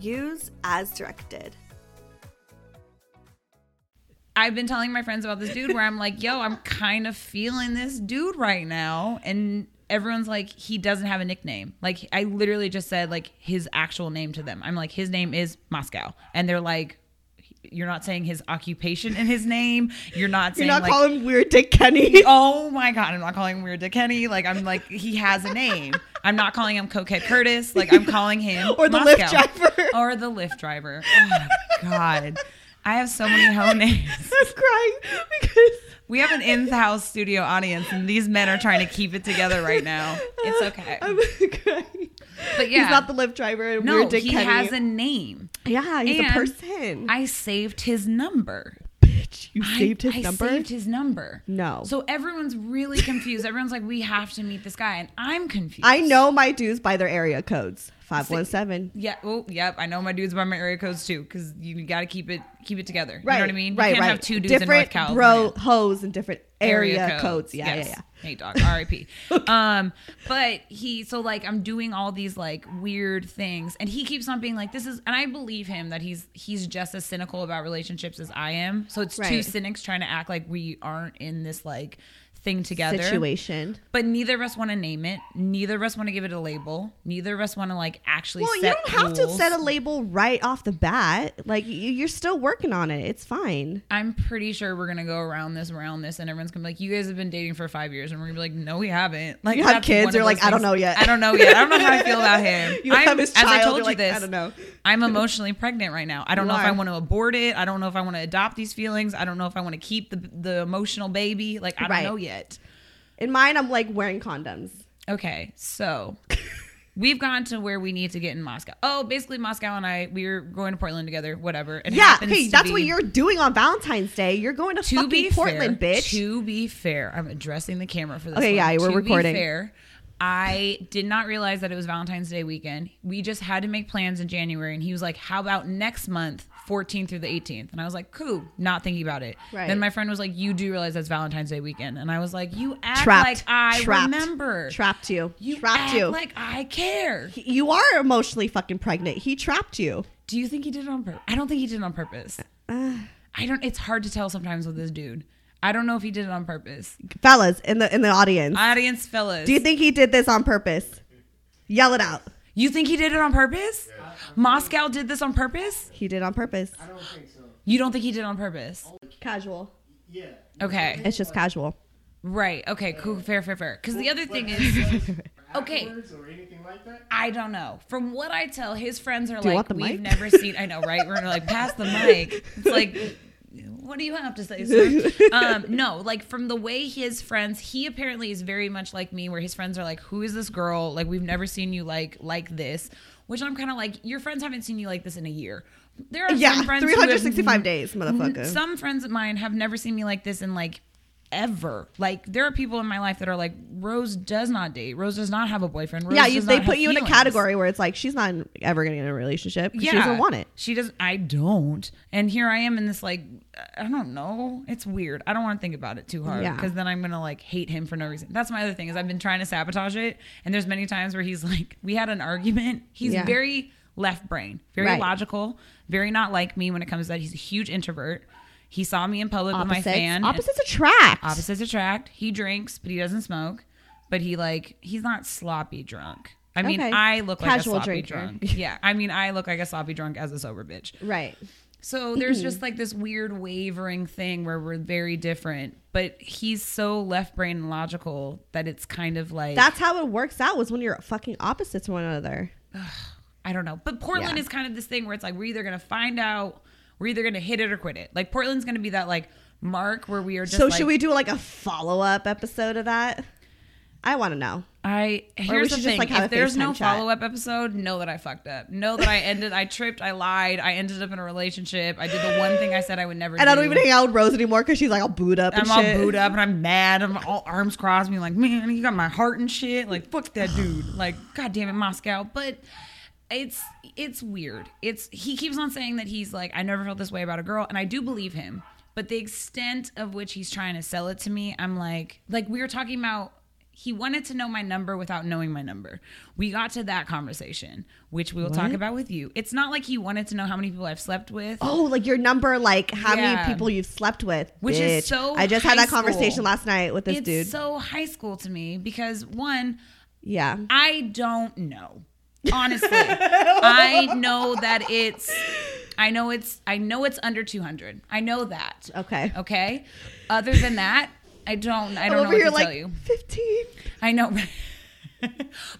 Speaker 1: Use as directed.
Speaker 2: I've been telling my friends about this dude where I'm like, yo, I'm kind of feeling this dude right now. And everyone's like, he doesn't have a nickname. Like, I literally just said, like, his actual name to them. I'm like, his name is Moscow. And they're like, you're not saying his occupation in his name. You're not saying like,
Speaker 1: him Weird Dick
Speaker 2: *laughs*
Speaker 1: Kenny. *laughs*
Speaker 2: oh my god, I'm not calling him Weird Dick Kenny. Like I'm like he has a name. I'm not calling him Coquette Curtis. Like I'm calling him
Speaker 1: *laughs* Or the
Speaker 2: Moscow.
Speaker 1: Lyft driver.
Speaker 2: or the Lyft driver. Oh my god, I have so many hoe names.
Speaker 1: I'm crying because
Speaker 2: We have an in-house studio audience, and these men are trying to keep it together right now. It's
Speaker 1: *laughs*
Speaker 2: okay,
Speaker 1: crying.
Speaker 2: but yeah,
Speaker 1: He's not the Lyft driver and
Speaker 2: no.
Speaker 1: Weird Dick
Speaker 2: He
Speaker 1: Kenny.
Speaker 2: has a name.
Speaker 1: yeah, he's a
Speaker 2: And
Speaker 1: person.
Speaker 2: I saved his number.
Speaker 1: Bitch, you
Speaker 2: I-
Speaker 1: saved his
Speaker 2: I
Speaker 1: number?
Speaker 2: saved his number.
Speaker 1: No.
Speaker 2: So everyone's really confused. Everyone's like, we have to meet this guy, and I'm confused.
Speaker 1: I know my dudes by their area codes. 517.
Speaker 2: Yeah. Oh, yep. I know my dudes by my area codes too, because you got to keep it keep it together.
Speaker 1: Right.
Speaker 2: You know what I mean?
Speaker 1: Right,
Speaker 2: You can't
Speaker 1: right.
Speaker 2: have two dudes
Speaker 1: different
Speaker 2: in North
Speaker 1: bro
Speaker 2: California.
Speaker 1: hoes and different area, codes. Yeah, yeah, yeah.
Speaker 2: Hey, dog.
Speaker 1: *laughs*
Speaker 2: R.I.P. um, but he so like I'm doing all these like weird things, and he keeps on being like, "This is," and I believe him that he's he's just as cynical about relationships as I am. So it's two
Speaker 1: Right.
Speaker 2: cynics trying to act like we aren't in this like thing together
Speaker 1: Situation.
Speaker 2: but neither of us want to name it. Neither of us want to give it a label. Neither of us want to like actually.
Speaker 1: Well, you
Speaker 2: set
Speaker 1: don't have to
Speaker 2: rules.
Speaker 1: set a label right off the bat. Like you, you're still working on it. It's fine.
Speaker 2: I'm pretty sure we're gonna go around this, around this, and everyone's gonna be like, "You guys have been dating for five years," and we're gonna be like, "No, we haven't." Like,
Speaker 1: You have
Speaker 2: that's
Speaker 1: kids,
Speaker 2: one of
Speaker 1: you're
Speaker 2: those
Speaker 1: like, "I don't
Speaker 2: things-
Speaker 1: know yet."
Speaker 2: I don't know yet. I don't know how I feel about him.
Speaker 1: *laughs* You
Speaker 2: I'm,
Speaker 1: have his
Speaker 2: as I
Speaker 1: child,
Speaker 2: told
Speaker 1: you're
Speaker 2: you
Speaker 1: like,
Speaker 2: this,
Speaker 1: "I don't know."
Speaker 2: I'm emotionally pregnant right now. I don't
Speaker 1: You
Speaker 2: know if I
Speaker 1: are.
Speaker 2: want to abort it. I don't know if I want to adopt these feelings. I don't know if I want to keep the the emotional baby. Like, I don't
Speaker 1: Right.
Speaker 2: know yet.
Speaker 1: In mine, I'm like wearing condoms.
Speaker 2: Okay, so *laughs* we've gone to where we need to get in Moscow. Oh, basically Moscow and I, we we're going to Portland together. Whatever. It
Speaker 1: Yeah,
Speaker 2: happens
Speaker 1: hey,
Speaker 2: to
Speaker 1: that's
Speaker 2: be-
Speaker 1: what you're doing on Valentine's Day. You're going to,
Speaker 2: To
Speaker 1: fucking
Speaker 2: be
Speaker 1: Portland,
Speaker 2: fair,
Speaker 1: bitch.
Speaker 2: To be fair, I'm addressing the camera for this. one.
Speaker 1: Okay, yeah, we're
Speaker 2: To be
Speaker 1: recording.
Speaker 2: fair, I did not realize that it was Valentine's Day weekend. We just had to make plans in January, and he was like, "How about next month, 14th through the 18th?" And I was like, "Cool," not thinking about it.
Speaker 1: Right.
Speaker 2: Then my friend was like, "You do realize that's Valentine's Day weekend?" And I was like, "You act
Speaker 1: Trapped.
Speaker 2: like I
Speaker 1: Trapped.
Speaker 2: remember.
Speaker 1: Trapped you.
Speaker 2: You
Speaker 1: Trapped
Speaker 2: act
Speaker 1: you.
Speaker 2: like I care."
Speaker 1: you are emotionally fucking pregnant. He trapped you.
Speaker 2: Do you think he did it on purpose? I don't think he did it on purpose.
Speaker 1: Uh.
Speaker 2: I don't. It's hard to tell sometimes with this dude. I don't know if he did it on purpose.
Speaker 1: Fellas in the in the audience.
Speaker 2: Audience fellas,
Speaker 1: do you think he did this on purpose? Yell it out.
Speaker 2: you think he did it on purpose? Moscow did this on purpose.
Speaker 1: He did on purpose.
Speaker 4: I don't think so.
Speaker 2: You don't think he did it on purpose?
Speaker 1: Casual.
Speaker 4: Yeah.
Speaker 2: Okay.
Speaker 1: It's just casual.
Speaker 2: Right. Okay. Cool. Fair. Fair. Fair. Because the other thing *laughs* is, okay,
Speaker 5: or anything like that?
Speaker 2: I don't know. From what I tell, his friends are
Speaker 4: you want
Speaker 2: like,
Speaker 4: the
Speaker 2: we've
Speaker 4: mic?"
Speaker 2: never seen. I know, right? We're like, pass
Speaker 4: *laughs*
Speaker 2: the mic. It's like, what do you have to say? Sir? Um, no, like from the way his friends, he apparently is very much like me, where his friends are like, who is this girl? Like, we've never seen you like like this. Which I'm kind of like, your friends haven't seen you like this in a year. There are
Speaker 4: Yeah,
Speaker 2: some friends who have
Speaker 4: 365 days, motherfucker.
Speaker 2: some friends of mine have never seen me like this in like ever. Like there are people in my life that are like Rose does not date. Rose does not have a boyfriend. Rose
Speaker 4: yeah, you,
Speaker 2: does
Speaker 4: they
Speaker 2: not
Speaker 4: put
Speaker 2: have
Speaker 4: you in a
Speaker 2: feelings."
Speaker 4: category where it's like she's not ever going to get in a relationship. 'cause She doesn't want it.
Speaker 2: She doesn't. I don't. And here I am in this like I don't know. It's weird. I don't want to think about it too hard
Speaker 4: Yeah.
Speaker 2: because then I'm gonna like hate him for no reason. That's my other thing is I've been trying to sabotage it. And there's many times where he's like, we had an argument. He's
Speaker 4: Yeah.
Speaker 2: very left brain, very
Speaker 4: Right.
Speaker 2: logical, very not like me when it comes to that. He's a huge introvert. He saw me in public with my fan. and-
Speaker 4: opposites attract.
Speaker 2: opposites attract. He drinks, but he doesn't smoke. But he like he's not sloppy drunk. I mean,
Speaker 4: Okay.
Speaker 2: I look like a
Speaker 4: Casual
Speaker 2: sloppy
Speaker 4: drinker.
Speaker 2: drunk.
Speaker 4: *laughs*
Speaker 2: Yeah, I mean, I look like a sloppy drunk as a sober bitch.
Speaker 4: Right.
Speaker 2: So there's just like this weird wavering thing where we're very different, but he's so left brain and logical that it's kind of like
Speaker 4: That's how it works out. Was when you're fucking opposites one another.
Speaker 2: I don't know. But Portland
Speaker 4: Yeah.
Speaker 2: is kind of this thing where it's like we're either gonna find out, we're either gonna hit it or quit it. Like Portland's gonna be that like mark where we are just
Speaker 4: so
Speaker 2: like,
Speaker 4: should we do like a follow up episode of that? I want to know.
Speaker 2: I here's the
Speaker 4: should just,
Speaker 2: thing.
Speaker 4: like, have
Speaker 2: if
Speaker 4: a
Speaker 2: there's no
Speaker 4: FaceTime chat.
Speaker 2: follow up episode, know that I fucked up. Know that I ended. I tripped. I lied. I ended up in a relationship. I did the one thing I said I would never.
Speaker 4: And
Speaker 2: do.
Speaker 4: I don't even hang out with Rose anymore because she's like all booed up.
Speaker 2: I'm
Speaker 4: and
Speaker 2: all
Speaker 4: shit.
Speaker 2: booed up and I'm mad. I'm all arms crossed, being like, man, you got my heart and shit. Like, fuck that dude. Like, god damn it, Moscow. But it's it's weird. It's he keeps on saying that he's like, I never felt this way about a girl, and I do believe him. But the extent of which he's trying to sell it to me, I'm like, like we were talking about. He wanted to know my number without knowing my number. We got to that conversation, which we will talk about with you. It's not like he wanted to know how many people I've slept with.
Speaker 4: Oh, like your number, like how
Speaker 2: Yeah.
Speaker 4: many people you've slept with,
Speaker 2: Which is
Speaker 4: bitch.
Speaker 2: so
Speaker 4: I just had
Speaker 2: high
Speaker 4: that conversation
Speaker 2: school.
Speaker 4: last night with this
Speaker 2: it's
Speaker 4: dude.
Speaker 2: so high school to me because one,
Speaker 4: yeah,
Speaker 2: I don't know. Honestly, I know that it's I know it's I know it's under 200. I know that.
Speaker 4: Okay.
Speaker 2: Okay. Other than that, I don't I don't know
Speaker 4: over
Speaker 2: what
Speaker 4: here
Speaker 2: to
Speaker 4: like
Speaker 2: tell you.
Speaker 4: fifteen.
Speaker 2: I know. *laughs*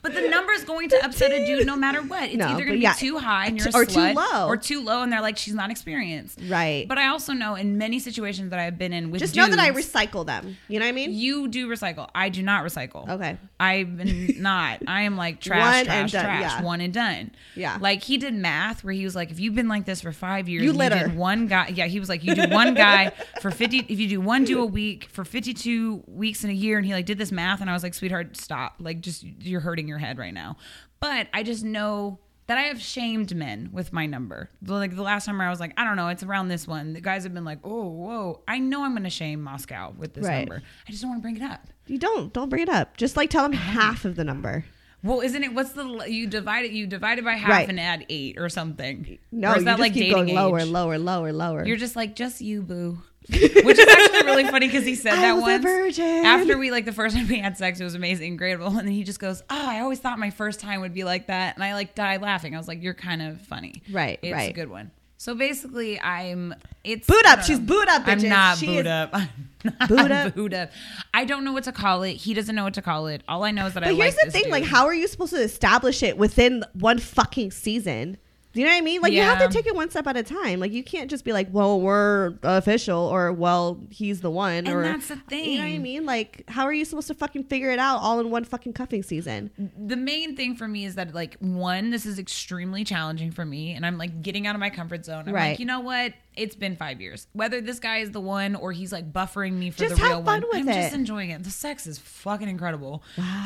Speaker 2: but the number is going to upset a dude no matter what. It's
Speaker 4: No,
Speaker 2: either
Speaker 4: but
Speaker 2: going to be
Speaker 4: yeah,
Speaker 2: too high and you're a
Speaker 4: or too
Speaker 2: slut,
Speaker 4: low.
Speaker 2: or too low and they're like she's not experienced.
Speaker 4: Right.
Speaker 2: But I also know in many situations that I've been in with
Speaker 4: Just know that I
Speaker 2: dudes-
Speaker 4: recycle them. You know what I mean?
Speaker 2: you do recycle. I do not recycle.
Speaker 4: Okay.
Speaker 2: I'm
Speaker 4: *laughs*
Speaker 2: not. I am like trash,
Speaker 4: One
Speaker 2: trash,
Speaker 4: and done,
Speaker 2: trash.
Speaker 4: yeah.
Speaker 2: One and done.
Speaker 4: Yeah.
Speaker 2: Like he did math where he was like, if you've been like this for five years,
Speaker 4: You
Speaker 2: and
Speaker 4: litter.
Speaker 2: did one guy. Yeah. He was like, you do one guy for fifty. If you do one do a week for fifty-two weeks in a year, and he like did this math, and I was like, sweetheart, stop. Like, just you're hurting your head right now. But I just know. That I have shamed men with my number. Like the last number, I was like, I don't know, it's around this one. The guys have been like, oh, whoa. I know I'm going to shame Moscow with this
Speaker 4: Right.
Speaker 2: number. I just don't want to bring it up.
Speaker 4: You don't. Don't bring it up. Just like tell them half of the number.
Speaker 2: Well, isn't it? What's the you divide it? You divide it by half
Speaker 4: Right.
Speaker 2: and add eight or something.
Speaker 4: No,
Speaker 2: or
Speaker 4: you just keep going lower,
Speaker 2: age?
Speaker 4: lower, lower, lower.
Speaker 2: You're just like just you, boo. *laughs* Which is actually really funny because he said
Speaker 4: I
Speaker 2: that
Speaker 4: was a
Speaker 2: once.
Speaker 4: virgin.
Speaker 2: After we like the first time we had sex, it was amazing, incredible, and then he just goes, "Oh, I always thought my first time would be like that," and I like died laughing. I was like, "You're kind of funny,
Speaker 4: Right,
Speaker 2: It's a
Speaker 4: right.
Speaker 2: good one." So basically, I'm it's
Speaker 4: Boot
Speaker 2: I
Speaker 4: up.
Speaker 2: don't
Speaker 4: She's boot up,
Speaker 2: I'm
Speaker 4: bitches.
Speaker 2: not
Speaker 4: She
Speaker 2: boot
Speaker 4: is-
Speaker 2: up. *laughs* I'm
Speaker 4: Boot
Speaker 2: not
Speaker 4: up.
Speaker 2: boot up. I don't know what to call it. He doesn't know what to call it. All I know is that I.
Speaker 4: But here's
Speaker 2: like
Speaker 4: the
Speaker 2: this
Speaker 4: thing: like,
Speaker 2: dude.
Speaker 4: how are you supposed to establish it within one fucking season? Do you know what I mean? Like, you have
Speaker 2: Yeah.
Speaker 4: to take it one step at a time. Like, you can't just be like, "Well, we're official," or "Well, he's the one,"
Speaker 2: And
Speaker 4: or
Speaker 2: that's the
Speaker 4: You know what I
Speaker 2: thing.
Speaker 4: mean? Like, how are you supposed to fucking figure it out all in one fucking
Speaker 2: *laughs*
Speaker 4: cuffing season?
Speaker 2: the main thing for me is that like one this is extremely challenging for me and i'm like getting out of my comfort zone i'm
Speaker 4: Right.
Speaker 2: like you know what it's been five years whether this guy is the one or he's like buffering me for
Speaker 4: Just
Speaker 2: the
Speaker 4: have
Speaker 2: real
Speaker 4: fun
Speaker 2: one
Speaker 4: with
Speaker 2: i'm just
Speaker 4: it.
Speaker 2: enjoying it the sex is fucking incredible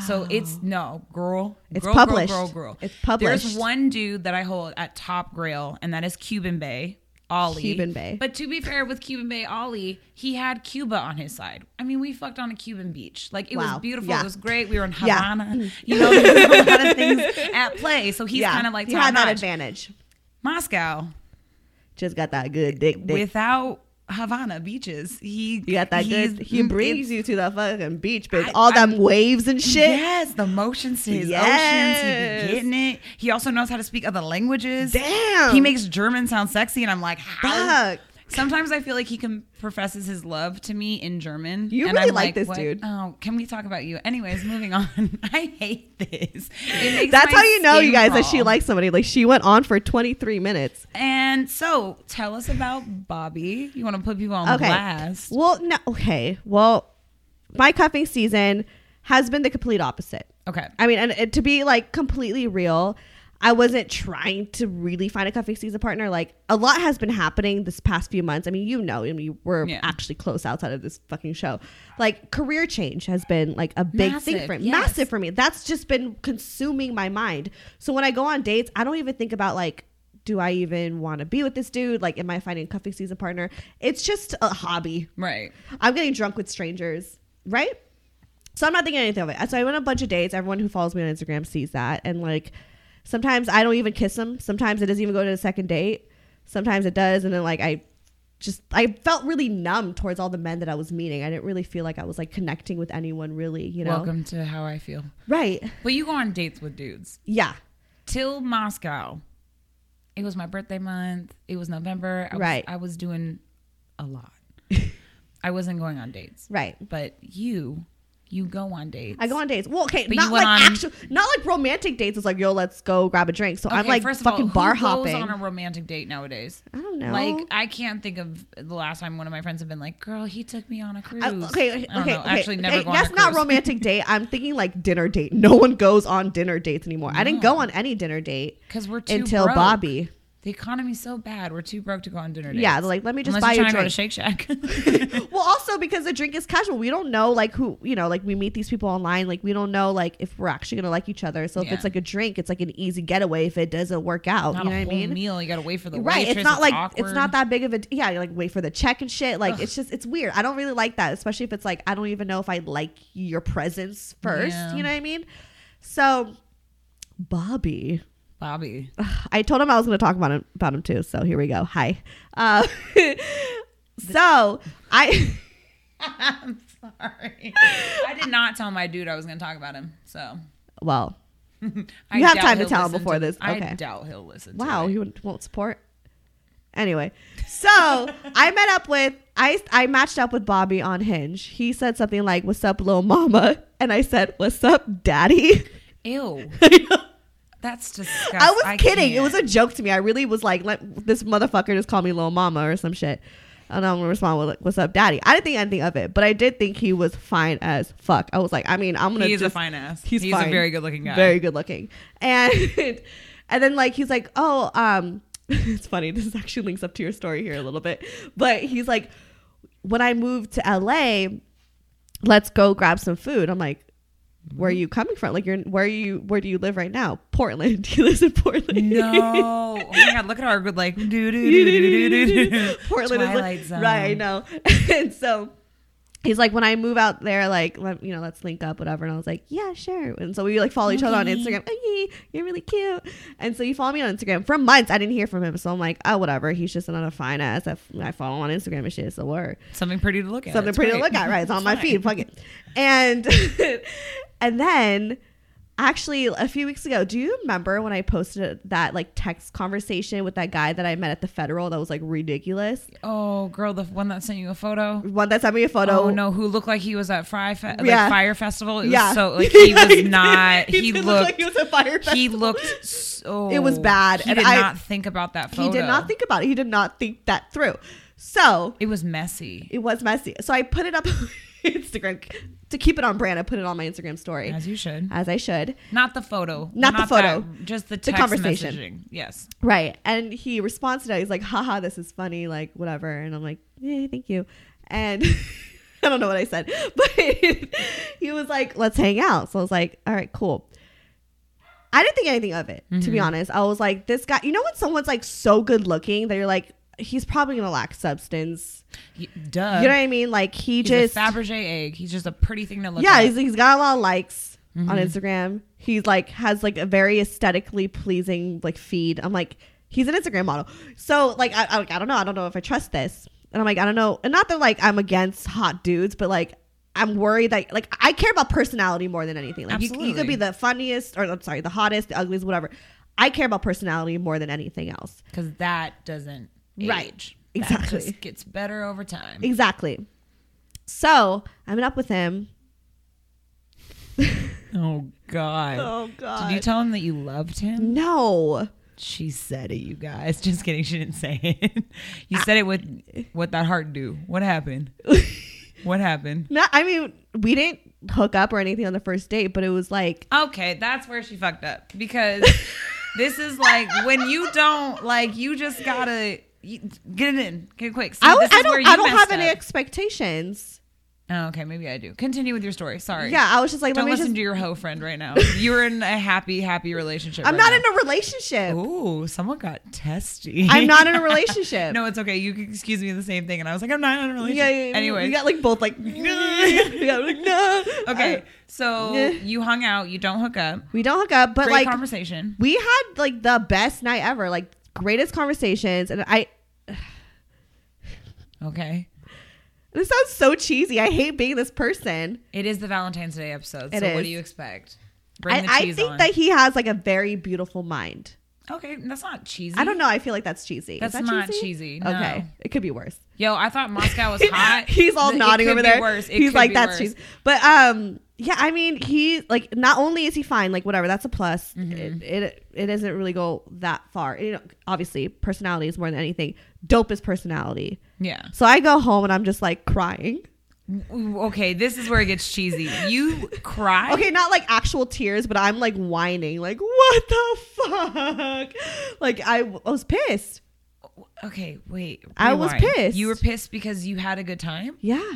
Speaker 2: so it's no girl
Speaker 4: It's
Speaker 2: girl,
Speaker 4: published.
Speaker 2: girl, girl, girl.
Speaker 4: It's published.
Speaker 2: there's one dude that i hold at top grail and that is cuban bay Ollie.
Speaker 4: Cuban Bay.
Speaker 2: But to be fair, with Cuban Bay Ollie, he had Cuba on his side. I mean, we fucked on a Cuban beach. Like, it
Speaker 4: Wow.
Speaker 2: was beautiful.
Speaker 4: Yeah.
Speaker 2: It was great. We were in
Speaker 4: Yeah.
Speaker 2: Havana. *laughs* You know,
Speaker 4: *laughs*
Speaker 2: there's a lot of things at play. So he's kind of like
Speaker 4: you had that
Speaker 2: top-notch.
Speaker 4: advantage.
Speaker 2: Moscow
Speaker 4: Just got that good dick. dick.
Speaker 2: without Havana beaches. He
Speaker 4: you got that
Speaker 2: he's-
Speaker 4: good. He
Speaker 2: it's-
Speaker 4: brings you to the fucking beach, bitch.
Speaker 2: I-
Speaker 4: all them
Speaker 2: I'm-
Speaker 4: waves and shit.
Speaker 2: Yes, the motions to his
Speaker 4: Yes.
Speaker 2: oceans. He be getting it. He also knows how to speak other languages.
Speaker 4: Damn.
Speaker 2: He makes German sound sexy, and I'm like, how?
Speaker 4: Fuck.
Speaker 2: Sometimes I feel like he can professes his love to me in German.
Speaker 4: You
Speaker 2: and
Speaker 4: really
Speaker 2: I'm
Speaker 4: like this dude.
Speaker 2: Oh, can we talk about you? Anyways, moving *laughs* on. I hate this. It makes
Speaker 4: That's
Speaker 2: my
Speaker 4: how you know,
Speaker 2: skin
Speaker 4: you guys, that she
Speaker 2: crawl.
Speaker 4: likes somebody. Like she went on for 23 minutes.
Speaker 2: And so, tell us about Bobby. You want to put people on
Speaker 4: Okay.
Speaker 2: blast?
Speaker 4: Well, no. Okay. Well, my cuffing season has been the complete opposite.
Speaker 2: Okay.
Speaker 4: I mean, and it, to be like completely real, I wasn't trying to really find a cuffing season partner. Like a lot has been happening this past few months. I mean, you know, I mean, we're
Speaker 2: Yeah.
Speaker 4: actually close outside of this fucking show. Like career change has been like a big thing
Speaker 2: Massive,
Speaker 4: for me.
Speaker 2: yes.
Speaker 4: Massive for me. That's just been consuming my mind. So when I go on dates, I don't even think about like. Do I even want to be with this dude? Like, am I finding a cuffing season partner? It's just a hobby.
Speaker 2: Right.
Speaker 4: I'm getting drunk with strangers, right? So I'm not thinking anything of it. So I went on a bunch of dates. Everyone who follows me on Instagram sees that. And like sometimes I don't even kiss them. Sometimes it doesn't even go to the second date. Sometimes it does. And then like I just I felt really numb towards all the men that I was meeting. I didn't really feel like I was like connecting with anyone really, you know.
Speaker 2: Welcome to how I feel.
Speaker 4: Right.
Speaker 2: But you go on dates with dudes.
Speaker 4: Yeah.
Speaker 2: till Moscow. It was my birthday month. It was November. I was,
Speaker 4: Right.
Speaker 2: I was doing a
Speaker 4: *laughs*
Speaker 2: lot. I wasn't going on dates.
Speaker 4: Right.
Speaker 2: But you, you go on dates.
Speaker 4: I go on dates. Well, okay,
Speaker 2: But
Speaker 4: not
Speaker 2: you
Speaker 4: like
Speaker 2: went on-
Speaker 4: actual not like romantic dates. It's like, yo, let's go grab a drink. So I'm
Speaker 2: Okay,
Speaker 4: like
Speaker 2: first of
Speaker 4: fucking
Speaker 2: all,
Speaker 4: bar
Speaker 2: who goes
Speaker 4: hopping.
Speaker 2: on a romantic date nowadays.
Speaker 4: I don't know.
Speaker 2: Like I can't think of the last time one of my friends have been like, "Girl, he took me on a cruise."
Speaker 4: I- okay, okay,
Speaker 2: I don't
Speaker 4: okay.
Speaker 2: know. Actually, never
Speaker 4: okay,
Speaker 2: go
Speaker 4: that's
Speaker 2: on a
Speaker 4: not
Speaker 2: cruise. *laughs*
Speaker 4: romantic date. I'm thinking like dinner date. No one goes on dinner dates anymore. I didn't go on any dinner date
Speaker 2: 'Cause we're too
Speaker 4: until
Speaker 2: broke.
Speaker 4: Bobby.
Speaker 2: The economy's so bad. We're too broke to go on dinner dates.
Speaker 4: Yeah, they're like, let me just
Speaker 2: Unless
Speaker 4: buy
Speaker 2: you're
Speaker 4: *laughs* you
Speaker 2: trying to go to
Speaker 4: a
Speaker 2: Shake Shack. *laughs*
Speaker 4: Well, also because the drink is casual. We don't know like who you know. Like we meet these people online. Like we don't know like if we're actually gonna like each other. So if
Speaker 2: Yeah.
Speaker 4: it's like a drink, it's like an easy getaway. If it doesn't work out,
Speaker 2: not
Speaker 4: you
Speaker 2: a
Speaker 4: know what I
Speaker 2: whole
Speaker 4: mean?
Speaker 2: meal. You got to wait for the
Speaker 4: Right,
Speaker 2: Waitress.
Speaker 4: it's not like it's
Speaker 2: awkward.
Speaker 4: not that big of a yeah. You like wait for the check and shit. Like it's just it's weird. I don't really like that, especially if it's like I don't even know if I like your presence first.
Speaker 2: Yeah.
Speaker 4: You know what I mean? So, Bobby, *laughs*
Speaker 2: Bobby. *laughs*
Speaker 4: I told him I was going to talk about him about him too. So here we go. Hi. Uh, *laughs* so I *laughs*
Speaker 2: I'm sorry. I did not tell my dude I was going to talk about him. So
Speaker 4: well
Speaker 2: I
Speaker 4: You have
Speaker 2: doubt
Speaker 4: time to
Speaker 2: he'll
Speaker 4: tell him
Speaker 2: listen
Speaker 4: before
Speaker 2: to
Speaker 4: this. Okay.
Speaker 2: I doubt he'll listen.
Speaker 4: wow
Speaker 2: to it.
Speaker 4: he won't- won't support. Anyway,
Speaker 2: *laughs*
Speaker 4: so I met up with I I matched up with Bobby on Hinge. He said something like "What's up, little mama?" and I said "What's up, daddy?" *laughs*
Speaker 2: ew, that's disgusting.
Speaker 4: I was kidding. It
Speaker 2: can't.
Speaker 4: was a joke to me. I really was like, let this motherfucker just call me little mama or some shit. And I'm gonna respond with like, "What's up, daddy?" I didn't think anything of it, but I did think he was fine as fuck. I was like, I mean, I'm gonna.
Speaker 2: He's a
Speaker 4: just-
Speaker 2: fine ass.
Speaker 4: He's,
Speaker 2: He's a
Speaker 4: fine.
Speaker 2: very good-looking guy.
Speaker 4: *laughs* Very good looking. And *laughs* and then like he's like, oh, um, *laughs* it's funny. This actually links up to your story here a little bit, but he's like, when I moved to LA, let's go grab some food. I'm like. Where are
Speaker 2: Mm-hmm.
Speaker 4: you coming from? Like, you're where are you? Where do you live right now? Portland. *laughs* He lives in Portland.
Speaker 2: no. *laughs* Oh my god! Look at our good like doo doo doo doo doo doo doo.
Speaker 4: *laughs* Portland is
Speaker 2: Twilight
Speaker 4: like,
Speaker 2: Zone.
Speaker 4: right. I know. *laughs* and so he's like, when I move out there, like, let, you know, let's link up, whatever. And I was like, yeah, sure. And so we like follow each other on
Speaker 2: Okay.
Speaker 4: Instagram. Okay, you're really cute. And so you follow me on Instagram for months. I didn't hear from him, so I'm like, oh, whatever. He's just another fine ass. I, I follow on Instagram and shit. So word
Speaker 2: Something pretty to look at.
Speaker 4: something
Speaker 2: It's
Speaker 4: pretty to
Speaker 2: great.
Speaker 4: look at, right? It's on my
Speaker 2: fine.
Speaker 4: feed. Fuck it. And *laughs* and then actually a few weeks ago, do you remember when I posted that like text conversation with that guy that I met at the federal that was like ridiculous?
Speaker 2: Oh, girl, the one that sent you a photo.
Speaker 4: One that sent me a photo.
Speaker 2: Oh no, who looked like he was at Fry Fe-
Speaker 4: Yeah.
Speaker 2: like Fire Festival? It was
Speaker 4: Yeah.
Speaker 2: so
Speaker 4: *laughs*
Speaker 2: like he
Speaker 4: Yeah,
Speaker 2: was
Speaker 4: he did.
Speaker 2: not.
Speaker 4: He
Speaker 2: He
Speaker 4: did
Speaker 2: looked
Speaker 4: look like he was at Fyre
Speaker 2: He
Speaker 4: Festival.
Speaker 2: looked so.
Speaker 4: It was bad,
Speaker 2: He
Speaker 4: and
Speaker 2: did
Speaker 4: I-
Speaker 2: not think about that photo.
Speaker 4: He did not think about it. He did not think that through. So
Speaker 2: It was messy,
Speaker 4: it was messy. So I put it up *laughs* on Instagram to keep it on brand. I put it on my Instagram story.
Speaker 2: as you should.
Speaker 4: As I should.
Speaker 2: Not the photo.
Speaker 4: Not the photo.
Speaker 2: that- just the
Speaker 4: The
Speaker 2: text
Speaker 4: conversation.
Speaker 2: messaging. Yes.
Speaker 4: Right. And he responds to that. He's like, haha, this is funny, like, whatever. And I'm like, yeah, thank you. And *laughs* I don't know what I said, *laughs* but he was like, let's hang out. So I was like, all right, cool. I didn't think anything of it, to
Speaker 2: Mm-hmm.
Speaker 4: be honest. I was like, this guy, you know, when someone's like so good looking that you're like, he's probably going to lack substance.
Speaker 2: Y- Duh.
Speaker 4: You know what I mean? Like, he
Speaker 2: Uh, he's
Speaker 4: just.
Speaker 2: a Fabergé egg. He's just a Mm-hmm. pretty thing to look
Speaker 4: Yeah,
Speaker 2: at.
Speaker 4: he's, he's got a lot of likes on Instagram. He's like has like a very aesthetically pleasing like feed. I'm like, he's an Instagram model. So like, I, I, like, I don't know. I don't know if I trust this. And I'm like, I don't know. And not that like I'm against hot dudes, but like I'm worried that like I care about personality more than anything. Like you, you could be
Speaker 2: Absolutely.
Speaker 4: the funniest or I'm
Speaker 2: Mm-hmm.
Speaker 4: sorry, the hottest, the ugliest, whatever. I care about personality more than anything else.
Speaker 2: because that doesn't
Speaker 4: Right.
Speaker 2: age.
Speaker 4: Exactly. E
Speaker 2: That just gets better over time.
Speaker 4: Exactly. So I met up with him.
Speaker 2: Oh God.
Speaker 4: Oh, God.
Speaker 2: Did you tell him that you loved him?
Speaker 4: no.
Speaker 2: She said it, you guys. *laughs* Just kidding. She didn't say it. You said it with
Speaker 4: *laughs*
Speaker 2: what that heart do. What happened? what happened?
Speaker 4: Not, I mean, we didn't hook up or anything on the first date, but it was like,
Speaker 2: Okay, that's where she fucked up
Speaker 4: *laughs*
Speaker 2: because this is like when you don't like you just gotta you, get it in, get it quick. See,
Speaker 4: I,
Speaker 2: this
Speaker 4: I
Speaker 2: is where
Speaker 4: don't,
Speaker 2: you
Speaker 4: I don't have
Speaker 2: messed
Speaker 4: any
Speaker 2: up.
Speaker 4: expectations.
Speaker 2: Oh, okay, maybe I do. Continue with your story. Sorry.
Speaker 4: Yeah, I was just like,
Speaker 2: Don't
Speaker 4: let me
Speaker 2: listen
Speaker 4: just.
Speaker 2: to your hoe friend right now. You're in a happy, happy relationship.
Speaker 4: I'm
Speaker 2: right
Speaker 4: not
Speaker 2: now.
Speaker 4: in a relationship.
Speaker 2: Ooh, someone got testy.
Speaker 4: *laughs* I'm not
Speaker 2: *laughs*
Speaker 4: in a relationship.
Speaker 2: no, it's okay. You can excuse me the same thing. And I was like, I'm not in a relationship.
Speaker 4: Yeah, yeah, yeah.
Speaker 2: anyway.
Speaker 4: we got like both like. *laughs* we got, like no.
Speaker 2: okay.
Speaker 4: *laughs* I-
Speaker 2: so
Speaker 4: Yeah.
Speaker 2: you hung out. You don't hook up.
Speaker 4: we don't hook up, but
Speaker 2: Great
Speaker 4: like
Speaker 2: conversation.
Speaker 4: we had like the best night ever, like greatest conversations, and I.
Speaker 2: Okay.
Speaker 4: This sounds so cheesy. I hate being this person.
Speaker 2: It is the Valentine's Day episode. So
Speaker 4: It
Speaker 2: what
Speaker 4: is.
Speaker 2: do you expect? Bring
Speaker 4: I,
Speaker 2: the
Speaker 4: I
Speaker 2: cheese
Speaker 4: think
Speaker 2: on.
Speaker 4: that he has like a very beautiful mind.
Speaker 2: okay. That's not cheesy.
Speaker 4: I don't know. I feel like that's cheesy. Is
Speaker 2: That's
Speaker 4: that
Speaker 2: not cheesy, no.
Speaker 4: Okay, it could be worse.
Speaker 2: Yo, I thought Moscow was hot.
Speaker 4: *laughs* He's all
Speaker 2: It
Speaker 4: nodding
Speaker 2: could
Speaker 4: over
Speaker 2: be
Speaker 4: there.
Speaker 2: Worse. It
Speaker 4: He's
Speaker 2: could
Speaker 4: like,
Speaker 2: be
Speaker 4: "That's
Speaker 2: worse.
Speaker 4: cheesy." But um, yeah. I mean, he like not only is he fine, like whatever. That's a plus.
Speaker 2: Mm-hmm.
Speaker 4: It, it it doesn't really go that far. You know, obviously, personality is more than anything. Dope is personality.
Speaker 2: Yeah.
Speaker 4: So I go home and I'm just like crying.
Speaker 2: Ooh, Okay. This is where it gets cheesy. You
Speaker 4: *laughs*
Speaker 2: cry.
Speaker 4: Okay, not like actual tears, but I'm like whining, like what the fuck? *laughs* Like I, w- I was pissed.
Speaker 2: Okay, wait.
Speaker 4: I was
Speaker 2: rewind.
Speaker 4: pissed.
Speaker 2: You were pissed because you had a good time?
Speaker 4: Yeah.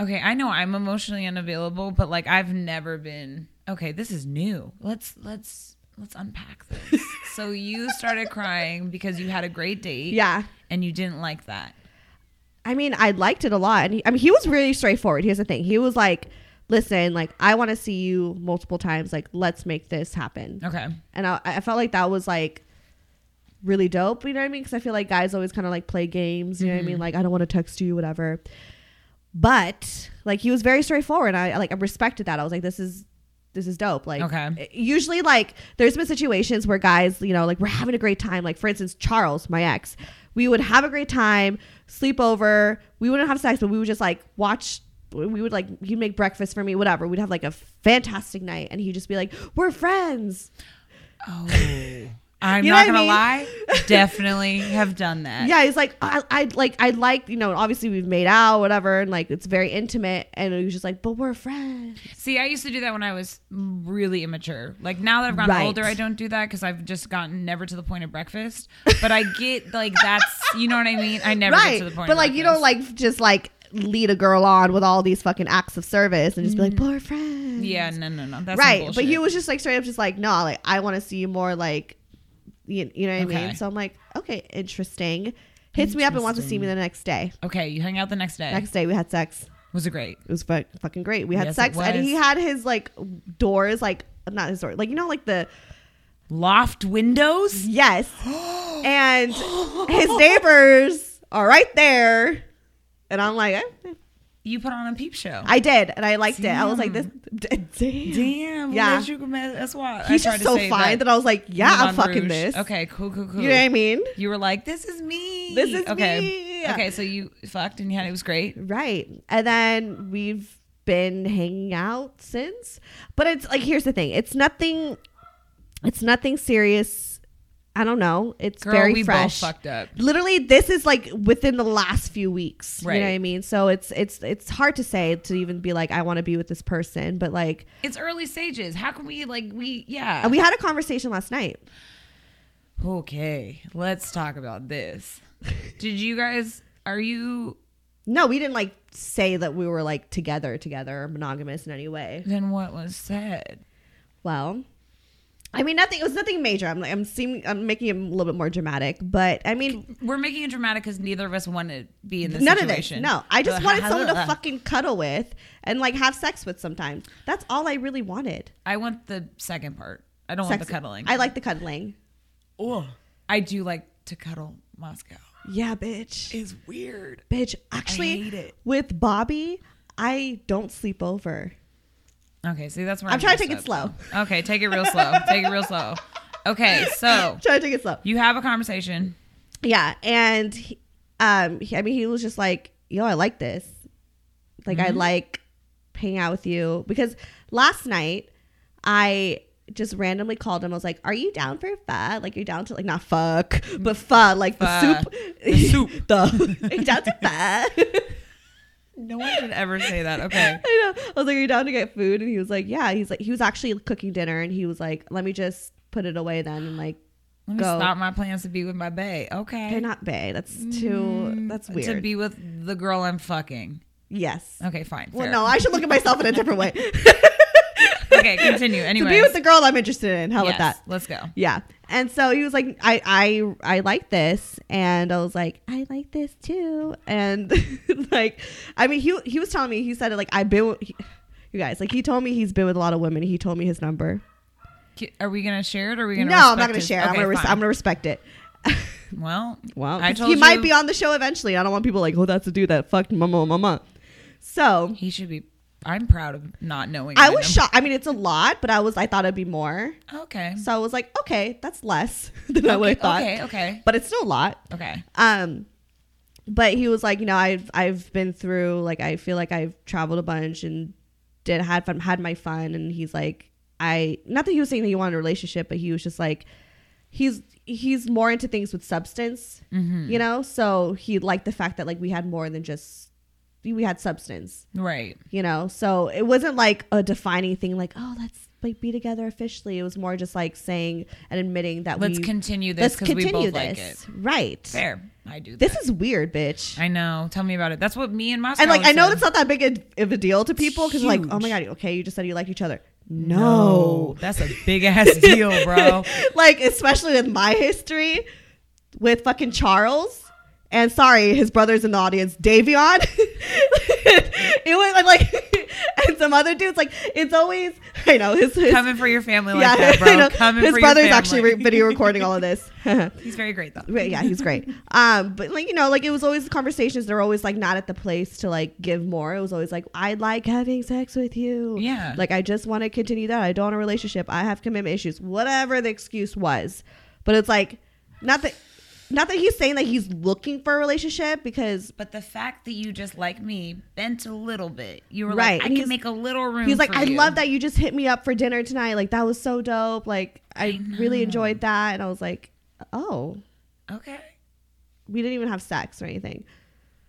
Speaker 2: Okay, I know I'm emotionally unavailable, but like I've never been. Okay, this is new. Let's let's let's unpack
Speaker 4: *laughs*
Speaker 2: this. so you started crying because you had a great date
Speaker 4: Yeah.
Speaker 2: and you didn't like that.
Speaker 4: I mean, I liked it a lot. And he, I mean, he was really straightforward. Here's the thing. He was like, listen, like, I want to see you multiple times. Like, let's make this happen.
Speaker 2: Okay.
Speaker 4: And I, I felt like that was like really dope. You know what I mean? Because I feel like guys always kind of like play games. You know what I mean? Like, I don't want to text you, whatever. But like, he was very straightforward. I I, like, I respected that. I was like, this is. This is dope. Like,
Speaker 2: Okay.
Speaker 4: usually, like, there's been situations where guys, you know, like, we're having a great time. Like, for instance, Charles, my ex, we would have a great time, sleep over. We wouldn't have sex, but we would just, like, watch. We would, like, he'd make breakfast for me, whatever. We'd have, like, a fantastic night. And he'd just be like, we're friends.
Speaker 2: Oh. I'm
Speaker 4: You know
Speaker 2: not
Speaker 4: what
Speaker 2: gonna
Speaker 4: I *laughs*
Speaker 2: lie. Definitely have done that.
Speaker 4: yeah he's like I, I like i like you know obviously we've made out whatever and like it's very intimate and he was just like but we're friends
Speaker 2: See, I used to do that when I was really immature. Like now that I've gotten
Speaker 4: Right.
Speaker 2: older, I don't do that because I've just gotten never to the point of breakfast. But I get like that's you know what I mean. I never get
Speaker 4: right
Speaker 2: to the
Speaker 4: but
Speaker 2: point.
Speaker 4: like
Speaker 2: of
Speaker 4: you
Speaker 2: breakfast.
Speaker 4: don't like just like lead a girl on with all these fucking acts of service and just be like but we're friends
Speaker 2: Mm-hmm. Yeah, no, no, no. That's
Speaker 4: right but
Speaker 2: bullshit.
Speaker 4: he was just like straight up just like no like i want to see you more like you, you know what i
Speaker 2: Okay.
Speaker 4: mean so i'm like okay interesting hits me up and wants to see me the next day
Speaker 2: okay. You hung out the next day.
Speaker 4: next day we had sex
Speaker 2: was it great?
Speaker 4: It was fu- fucking great. We had
Speaker 2: Yes,
Speaker 4: sex,
Speaker 2: it
Speaker 4: and he
Speaker 2: was.
Speaker 4: had his like doors, like not his door, like you know, like the
Speaker 2: Loft windows. *gasps*
Speaker 4: yes, and his neighbors are right there, and I'm like, eh, eh.
Speaker 2: You put on a peep show.
Speaker 4: I did, and I liked it. I was like, this, d- damn.
Speaker 2: Damn.
Speaker 4: Yeah.
Speaker 2: Yeah. You, commit- that's why.
Speaker 4: he's
Speaker 2: I
Speaker 4: just
Speaker 2: tried
Speaker 4: so
Speaker 2: to say
Speaker 4: fine that, I was like, yeah, I'm
Speaker 2: Moulin
Speaker 4: fucking
Speaker 2: Rouge.
Speaker 4: this.
Speaker 2: Okay. Cool. Cool. Cool.
Speaker 4: you know what I mean?
Speaker 2: You were like, this is me.
Speaker 4: This is
Speaker 2: okay.
Speaker 4: me.
Speaker 2: Okay. So you fucked and you had it was great.
Speaker 4: Right. And then we've been hanging out since. But it's like here's the thing. It's nothing it's nothing serious. I don't know. It's
Speaker 2: Girl,
Speaker 4: very
Speaker 2: we
Speaker 4: fresh.
Speaker 2: both fucked up.
Speaker 4: Literally this is like within the last few weeks. You know what
Speaker 2: Right.
Speaker 4: I mean? So it's it's it's hard to say to even be like I want to be with this person, but like
Speaker 2: It's early stages. How can we like we yeah?
Speaker 4: and we had a conversation last night.
Speaker 2: okay. Let's talk about this. Did you guys? Are you?
Speaker 4: No, we didn't like say that we were like together together or monogamous in any way.
Speaker 2: Then what was said?
Speaker 4: Well, I mean, nothing. It was nothing major. I'm like, I'm seeming, I'm making it a little bit more dramatic, but I mean,
Speaker 2: We're making it dramatic because neither of us want to be in this
Speaker 4: none
Speaker 2: situation.
Speaker 4: of this. No, I just wanted someone to fucking cuddle with and like have sex with sometimes. That's all I really wanted.
Speaker 2: I want the second part. I don't want
Speaker 4: Sex-
Speaker 2: the cuddling.
Speaker 4: I like the cuddling.
Speaker 2: Oh, I do like to cuddle Moscow.
Speaker 4: Yeah, bitch.
Speaker 2: It's weird.
Speaker 4: bitch. Actually,
Speaker 2: hate it.
Speaker 4: with Bobby, I don't sleep over.
Speaker 2: Okay, see that's where
Speaker 4: I'm trying to
Speaker 2: messed
Speaker 4: take it
Speaker 2: up. Okay, take it real slow. take it real slow. Okay, so
Speaker 4: *laughs* Try to take it slow.
Speaker 2: you have a conversation.
Speaker 4: Yeah, and he- um, he- I mean, he was just like, "Yo, I like this. Like,
Speaker 2: Mm-hmm.
Speaker 4: I like hanging out with you." Because last night, I just randomly called him. I was like, "Are you down for pho? Like, you're down to like not fuck, but pho, like
Speaker 2: Pho.
Speaker 4: the soup,
Speaker 2: The soup.
Speaker 4: *laughs* the are you down to *laughs* pho?"
Speaker 2: No one should ever say that. Okay.
Speaker 4: I know. I was like, "Are you down to get food?" And he was like, "Yeah." He's like, he was actually cooking dinner, and he was like, "Let me just put it away then, and like,
Speaker 2: *laughs* Let me
Speaker 4: Go.
Speaker 2: stop my plans to be with my bae. Okay.
Speaker 4: they're not bae. That's too. That's weird."
Speaker 2: To Mm, be with the girl I'm fucking.
Speaker 4: yes.
Speaker 2: Okay, fine.
Speaker 4: Well,
Speaker 2: fair.
Speaker 4: no, I should look at myself in a
Speaker 2: *laughs*
Speaker 4: different way.
Speaker 2: okay, continue. Anyway.
Speaker 4: *laughs* to be with the girl I'm interested in. How about that?
Speaker 2: Let's go.
Speaker 4: Yeah. And so he was like, I, I, I like this, and I was like, I like this too, and *laughs* like, I mean, he he was telling me, he said it like I've been, with, he- you guys, like he told me he's been with a lot of women. He told me his number.
Speaker 2: Ki- Are we gonna share it? Or are we
Speaker 4: No,
Speaker 2: gonna?
Speaker 4: I'm
Speaker 2: respect
Speaker 4: not gonna
Speaker 2: his-
Speaker 4: share. I'm
Speaker 2: Okay,
Speaker 4: gonna, res-
Speaker 2: fine.
Speaker 4: I'm gonna respect it. *laughs*
Speaker 2: Well,
Speaker 4: Well,
Speaker 2: I told
Speaker 4: he might
Speaker 2: you-
Speaker 4: be on the show eventually. I don't want people like, oh, that's a dude that fucked mama, mama. So
Speaker 2: He should be. I'm proud of not knowing.
Speaker 4: I
Speaker 2: my
Speaker 4: was
Speaker 2: number.
Speaker 4: shocked. I mean, it's a lot, but I was, I thought it'd be more.
Speaker 2: Okay.
Speaker 4: So I was like, okay, that's less *laughs* than I would
Speaker 2: Mm. okay,
Speaker 4: have thought.
Speaker 2: okay. Okay.
Speaker 4: But it's still a lot.
Speaker 2: Okay.
Speaker 4: Um but he was like, you know, I've I've been through like I feel like I've traveled a bunch and did had fun had my fun and he's like I not that he was saying that he wanted a relationship, but he was just like he's he's more into things with substance.
Speaker 2: Mm-hmm.
Speaker 4: You know? So he liked the fact that like we had more than just we had substance
Speaker 2: Right.
Speaker 4: you know so it wasn't like a defining thing like oh let's like be together officially it was more just like saying and admitting that
Speaker 2: Let's
Speaker 4: we,
Speaker 2: continue this because we both like it.
Speaker 4: right
Speaker 2: Fair. I do.
Speaker 4: this
Speaker 2: that.
Speaker 4: is weird bitch
Speaker 2: I know. Tell me about it. That's what me and my.
Speaker 4: and like i know
Speaker 2: that's
Speaker 4: that's not that big a, of a deal to people because like oh my god okay you just said you like each other no,
Speaker 2: That's a big ass
Speaker 4: *laughs*
Speaker 2: deal, bro.
Speaker 4: like especially with my history with fucking charles and sorry, his brother's in the audience, Davion. *laughs* it was like, *laughs* and some other dudes. Like, it's always, I know his, his
Speaker 2: Coming for your family like that,
Speaker 4: *laughs* I know.
Speaker 2: bro. Coming
Speaker 4: His
Speaker 2: for
Speaker 4: brother's
Speaker 2: your family.
Speaker 4: actually
Speaker 2: *laughs*
Speaker 4: re- video recording all of this. But
Speaker 2: He's very great though.
Speaker 4: yeah, he's
Speaker 2: *laughs*
Speaker 4: great. Um, but like you know, like it was always the conversations. They're always like not at the place to like give more. It was always like I like having sex with you.
Speaker 2: Yeah.
Speaker 4: Like I just want to continue that. I don't want a relationship. I have commitment issues. Whatever the excuse was, but it's like not that. Not that he's saying that he's looking for a relationship because
Speaker 2: But the fact that you just like me bent a little bit, you were
Speaker 4: Right,
Speaker 2: like, I
Speaker 4: and
Speaker 2: can
Speaker 4: he's-
Speaker 2: make a little room.
Speaker 4: he's like,
Speaker 2: for
Speaker 4: I
Speaker 2: you."
Speaker 4: love that you just hit me up for dinner tonight. Like that was so dope. Like I really enjoyed that, and I was like, oh,
Speaker 2: Okay.
Speaker 4: we didn't even have sex or anything.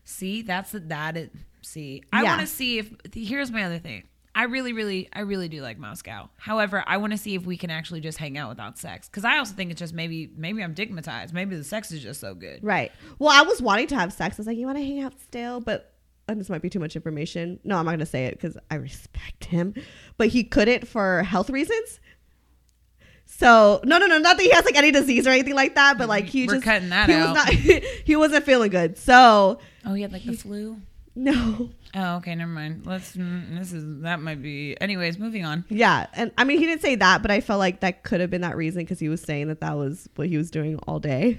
Speaker 2: See, that's that. It, see, I
Speaker 4: Yeah.
Speaker 2: want to see if here's my other thing. I really, really, I really do like Moscow. However, I want to see if we can actually just hang out without sex. Because I also think it's just maybe, maybe I'm stigmatized. Maybe the sex is just so good.
Speaker 4: Right. Well, I was wanting to have sex. I was like, you want to hang out still? But and this might be too much information. No, I'm not going to say it because I respect him. But he couldn't for health reasons. So no, no, no, not that he has like any disease or anything like that. But like he
Speaker 2: Mm-hmm. We're
Speaker 4: just
Speaker 2: cutting that
Speaker 4: he
Speaker 2: out.
Speaker 4: Was not, *laughs* he wasn't feeling good. So
Speaker 2: Oh, he had like the flu.
Speaker 4: no.
Speaker 2: Oh, okay, never mind. Let's. mm, This is that might be. Anyways, moving on.
Speaker 4: Yeah, and I mean he didn't say that, but I felt like that could have been that reason because he was saying that that was what he was doing all day.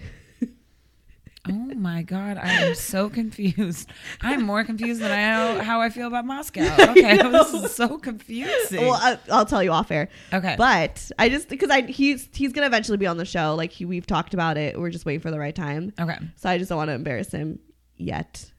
Speaker 2: Oh my god, I am so *laughs* confused. I'm more confused than I know how I feel about *laughs* Moscow. Okay, this is so confusing.
Speaker 4: Well, I, I'll tell you off air.
Speaker 2: Okay.
Speaker 4: But I just because I he's he's gonna eventually be on the show. Like he, we've talked about it. We're just waiting for the right time.
Speaker 2: okay.
Speaker 4: So I just don't want to embarrass him yet.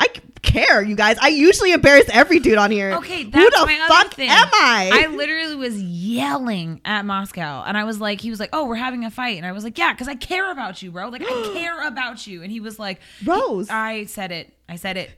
Speaker 4: I c- care, you guys. I usually embarrass every dude on here.
Speaker 2: Okay,
Speaker 4: who
Speaker 2: that's
Speaker 4: the
Speaker 2: my
Speaker 4: fuck
Speaker 2: other thing.
Speaker 4: am I?
Speaker 2: I literally was yelling at Moscow, and I was like, he was like, "Oh, we're having a fight," and I was like, "Yeah, because I care about you, bro. Like, *gasps* I care about you." And he was like,
Speaker 4: Rose.
Speaker 2: I said it. I said it.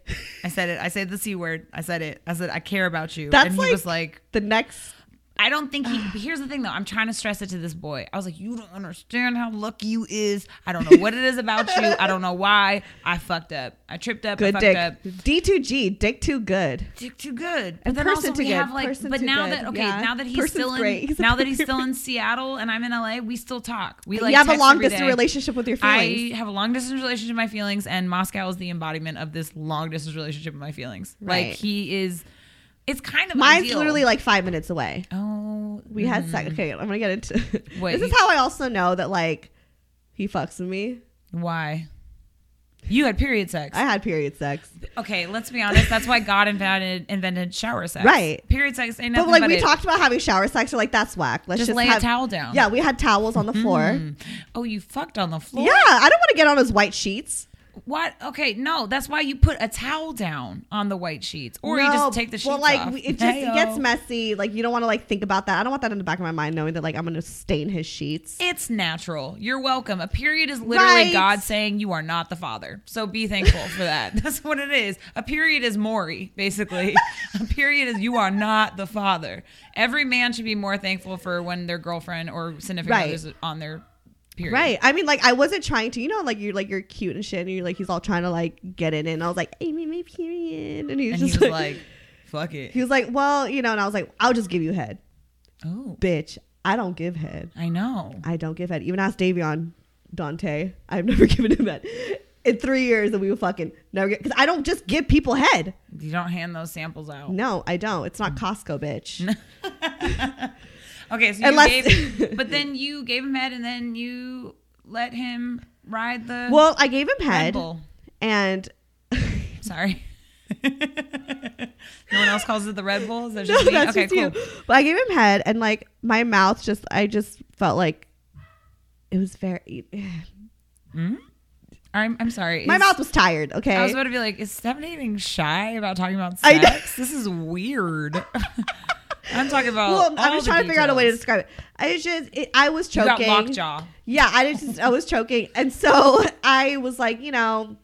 Speaker 2: I said it. I said the c word. I said it. I said I care about you."
Speaker 4: That's
Speaker 2: and he
Speaker 4: like-
Speaker 2: was like,
Speaker 4: the next
Speaker 2: I don't think
Speaker 4: *sighs*
Speaker 2: he. but here's the thing, though. I'm trying to stress it to this boy. I was like, you don't understand how lucky you is. I don't know what it is about you. I don't know
Speaker 4: *laughs*
Speaker 2: why. I fucked up. I tripped up. I
Speaker 4: good
Speaker 2: fucked
Speaker 4: dick.
Speaker 2: up.
Speaker 4: D two G. Dick too good.
Speaker 2: Dick too good. But
Speaker 4: And
Speaker 2: then
Speaker 4: person
Speaker 2: also
Speaker 4: too
Speaker 2: we
Speaker 4: good.
Speaker 2: have like,
Speaker 4: Person
Speaker 2: but
Speaker 4: too
Speaker 2: now
Speaker 4: good.
Speaker 2: that okay,
Speaker 4: Yeah.
Speaker 2: now that he's
Speaker 4: Person's
Speaker 2: still in,
Speaker 4: great. *laughs* He's a
Speaker 2: now that he's
Speaker 4: perfect
Speaker 2: still in Seattle and I'm in LA, we still talk. We like
Speaker 4: you have a
Speaker 2: text
Speaker 4: long
Speaker 2: every
Speaker 4: distance
Speaker 2: day.
Speaker 4: relationship with your feelings.
Speaker 2: I have a long distance relationship with my feelings, and Moscow is the embodiment of this long distance relationship with my feelings.
Speaker 4: Right.
Speaker 2: Like he is, it's kind of
Speaker 4: Mine's
Speaker 2: ideal.
Speaker 4: literally like five minutes away.
Speaker 2: oh
Speaker 4: We had sex. Okay, I'm gonna get into. *laughs*
Speaker 2: Wait.
Speaker 4: this is how I also know that like he fucks with me
Speaker 2: why You had period sex.
Speaker 4: I had period sex.
Speaker 2: okay, let's be honest. That's why God invented invented shower sex.
Speaker 4: Right.
Speaker 2: Period sex ain't nothing
Speaker 4: But
Speaker 2: but,
Speaker 4: like we
Speaker 2: it.
Speaker 4: talked about having shower sex, we're like that's whack. Let's
Speaker 2: Just
Speaker 4: just,
Speaker 2: lay a
Speaker 4: have-
Speaker 2: towel down.
Speaker 4: Yeah, we had towels on the floor.
Speaker 2: Oh, you fucked on the floor.
Speaker 4: Yeah, I don't want to get on those white sheets.
Speaker 2: What? Okay, no. That's why you put a towel down on the white sheets, or you
Speaker 4: No,
Speaker 2: just take the sheets
Speaker 4: Well, like
Speaker 2: off.
Speaker 4: we-
Speaker 2: *laughs*
Speaker 4: it just
Speaker 2: Heyo.
Speaker 4: gets messy. Like you don't want to like think about that. I don't want that in the back of my mind, knowing that like I'm gonna stain his sheets.
Speaker 2: It's natural. You're welcome. A period is literally
Speaker 4: Right.
Speaker 2: God saying you are not the father. So be thankful for that. *laughs* That's what it is. A period is Maury,
Speaker 4: *laughs*
Speaker 2: basically. a period is you are not the father. Every man should be more thankful for when their girlfriend or significant
Speaker 4: Right.
Speaker 2: others on their period.
Speaker 4: Right. I mean, like I wasn't trying to. You know, like you're like you're cute and shit, and you're like he's all trying to like get in, it, and I was like, I'm in my period, and he was
Speaker 2: And he
Speaker 4: *laughs* just
Speaker 2: was
Speaker 4: like,
Speaker 2: like, fuck it.
Speaker 4: he was like, well, you know, and I was like, I'll just give you head,
Speaker 2: Oh,
Speaker 4: bitch. I don't give head.
Speaker 2: I know.
Speaker 4: I don't give head. Even ask Davion Dante. I've *laughs* never given him head in three years, and we will fucking never get because I don't just give people head.
Speaker 2: You don't hand those samples out.
Speaker 4: No, I don't. It's not Costco, bitch.
Speaker 2: *laughs* Okay, so you
Speaker 4: Unless- *laughs*
Speaker 2: gave, but then you gave him head, and then you let him ride the
Speaker 4: Well, I gave him
Speaker 2: Red
Speaker 4: head,
Speaker 2: Bull.
Speaker 4: and *laughs*
Speaker 2: Sorry. no one else calls it the Red Bull. Is that
Speaker 4: *laughs* no,
Speaker 2: just me?
Speaker 4: that's
Speaker 2: okay,
Speaker 4: just you.
Speaker 2: cool.
Speaker 4: But I gave him head, and like my mouth just, I just felt like it was very. *sighs*
Speaker 2: I'm, I'm sorry.
Speaker 4: My
Speaker 2: Is-
Speaker 4: mouth was tired. Okay,
Speaker 2: I was about to be like, is Stephanie getting shy about talking about
Speaker 4: I know.
Speaker 2: sex? This is weird. *laughs* I'm talking about.
Speaker 4: well,
Speaker 2: all
Speaker 4: I was
Speaker 2: the
Speaker 4: trying to figure out a way to
Speaker 2: details.
Speaker 4: describe it. I was just, it, I was
Speaker 2: You got
Speaker 4: choking.
Speaker 2: lockjaw.
Speaker 4: Yeah, I just I was choking, and so *laughs* I was like, you know,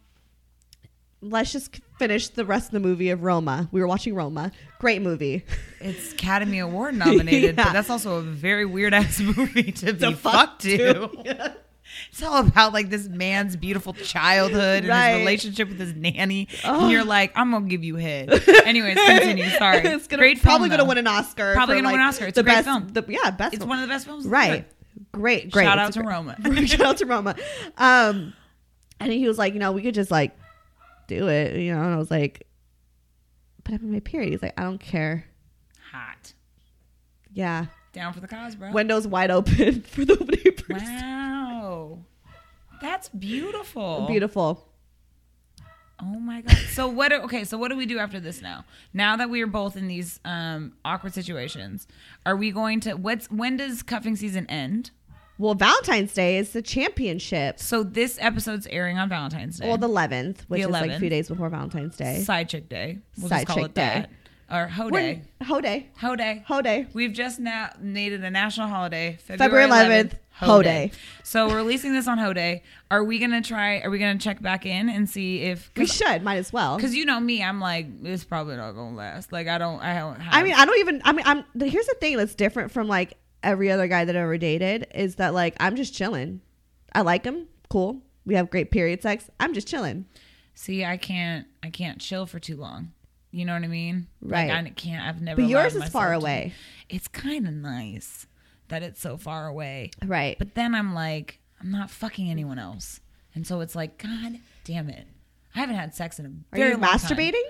Speaker 4: let's just finish the rest of the movie of Roma. We were watching Roma, great movie. *laughs*
Speaker 2: It's Academy Award nominated,
Speaker 4: Yeah.
Speaker 2: but that's also a very weird ass *laughs* movie to be fucked to. *laughs* it's all about like this man's beautiful childhood and
Speaker 4: Right.
Speaker 2: his relationship with his nanny,
Speaker 4: Oh.
Speaker 2: and you're like, I'm gonna give you
Speaker 4: *laughs*
Speaker 2: head. Anyways, continue. Sorry,
Speaker 4: it's gonna,
Speaker 2: great.
Speaker 4: probably
Speaker 2: film,
Speaker 4: gonna
Speaker 2: though.
Speaker 4: win an Oscar.
Speaker 2: Probably
Speaker 4: for,
Speaker 2: gonna win an
Speaker 4: like,
Speaker 2: Oscar. It's
Speaker 4: the
Speaker 2: a great
Speaker 4: best
Speaker 2: film.
Speaker 4: The, yeah, best.
Speaker 2: It's
Speaker 4: film.
Speaker 2: one of the best films.
Speaker 4: right. Great, great.
Speaker 2: Shout
Speaker 4: It's
Speaker 2: out
Speaker 4: a
Speaker 2: to
Speaker 4: great-
Speaker 2: Roma.
Speaker 4: Shout out to *laughs* Roma. Um, and he was like, you know, we could just like do it, you know. And I was like, but I'm in my period. He's like, I don't care.
Speaker 2: *laughs* Hot.
Speaker 4: Yeah,
Speaker 2: Down for the cause, bro.
Speaker 4: windows wide open *laughs* for the opening person.
Speaker 2: wow. That's beautiful.
Speaker 4: Beautiful.
Speaker 2: Oh my god. So what do- okay, so what do we do after this now? Now that we are both in these um awkward situations, are we going to what's when does cuffing season end?
Speaker 4: Well, Valentine's Day is the championship.
Speaker 2: So this episode's airing on Valentine's Day.
Speaker 4: Well, the 11th, which
Speaker 2: The
Speaker 4: is like a
Speaker 2: 11th.
Speaker 4: few days before Valentine's Day.
Speaker 2: side chick day. We'll just
Speaker 4: Side
Speaker 2: call
Speaker 4: chick
Speaker 2: it that. Or hoe day.
Speaker 4: We're- Ho day.
Speaker 2: Hoe day.
Speaker 4: Ho day.
Speaker 2: We've just now made it a national holiday,
Speaker 4: February 11th, Ho Day.
Speaker 2: So we're releasing this on Ho Day. Are we gonna try? Are we gonna check back in and see if?
Speaker 4: We should. Might as well.
Speaker 2: Because you know me, I'm like it's probably not gonna last. Like I don't, I don't. Have,
Speaker 4: I mean, I don't even. I mean, I'm. the- Here's the thing that's different from like every other guy that I ever dated is that like I'm just chilling. I like him. Cool. We have great period sex. I'm just chilling.
Speaker 2: see, I can't, I can't chill for too long. You know what I mean? Like
Speaker 4: Right.
Speaker 2: I can't. I've never.
Speaker 4: But yours
Speaker 2: allowed
Speaker 4: is far
Speaker 2: myself to-
Speaker 4: away.
Speaker 2: It's kind of nice that it's so far away.
Speaker 4: Right.
Speaker 2: But then I'm like, I'm not fucking anyone else. And so it's like, God damn it. I haven't had sex in a
Speaker 4: Are
Speaker 2: very
Speaker 4: you
Speaker 2: long time.
Speaker 4: masturbating?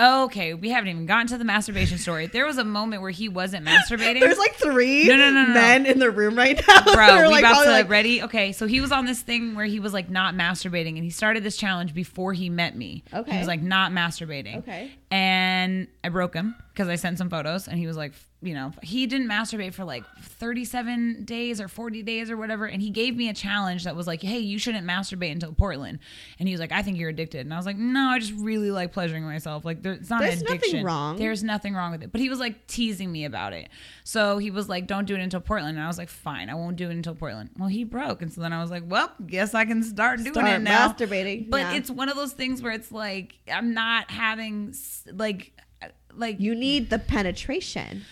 Speaker 2: Okay, we haven't even gotten to the masturbation story. There was a moment where he wasn't masturbating.
Speaker 4: *laughs* There's like three
Speaker 2: No, no, no, no, no.
Speaker 4: men in the room right
Speaker 2: *laughs*
Speaker 4: now. *laughs*
Speaker 2: Bro,
Speaker 4: They're,
Speaker 2: we
Speaker 4: like,
Speaker 2: about
Speaker 4: all,
Speaker 2: to
Speaker 4: like-
Speaker 2: ready. Okay, so he was on this thing where he was like not masturbating, and he started this challenge before he met me. he
Speaker 4: Okay.
Speaker 2: was like not masturbating.
Speaker 4: Okay.
Speaker 2: and I broke him because I sent some photos, and he was like, f- you know, he didn't masturbate for like 37 days or 40 days or whatever, and he gave me a challenge that was like, hey, you shouldn't masturbate until Portland, and he was like, I think you're addicted, and I was like, no, I just really like pleasuring myself. Like, there, it's not
Speaker 4: There's
Speaker 2: an
Speaker 4: nothing
Speaker 2: addiction.
Speaker 4: wrong.
Speaker 2: There's there's nothing wrong with it. But he was like teasing me about it. So he was like, don't do it until Portland. And I was like, fine, I won't do it until Portland. Well, he broke. And so then I was like, well, guess I can start doing
Speaker 4: Start
Speaker 2: it now.
Speaker 4: masturbating,
Speaker 2: But
Speaker 4: yeah.
Speaker 2: it's one of those things where it's like, I'm not having, s- like, uh, like,
Speaker 4: You need the penetration.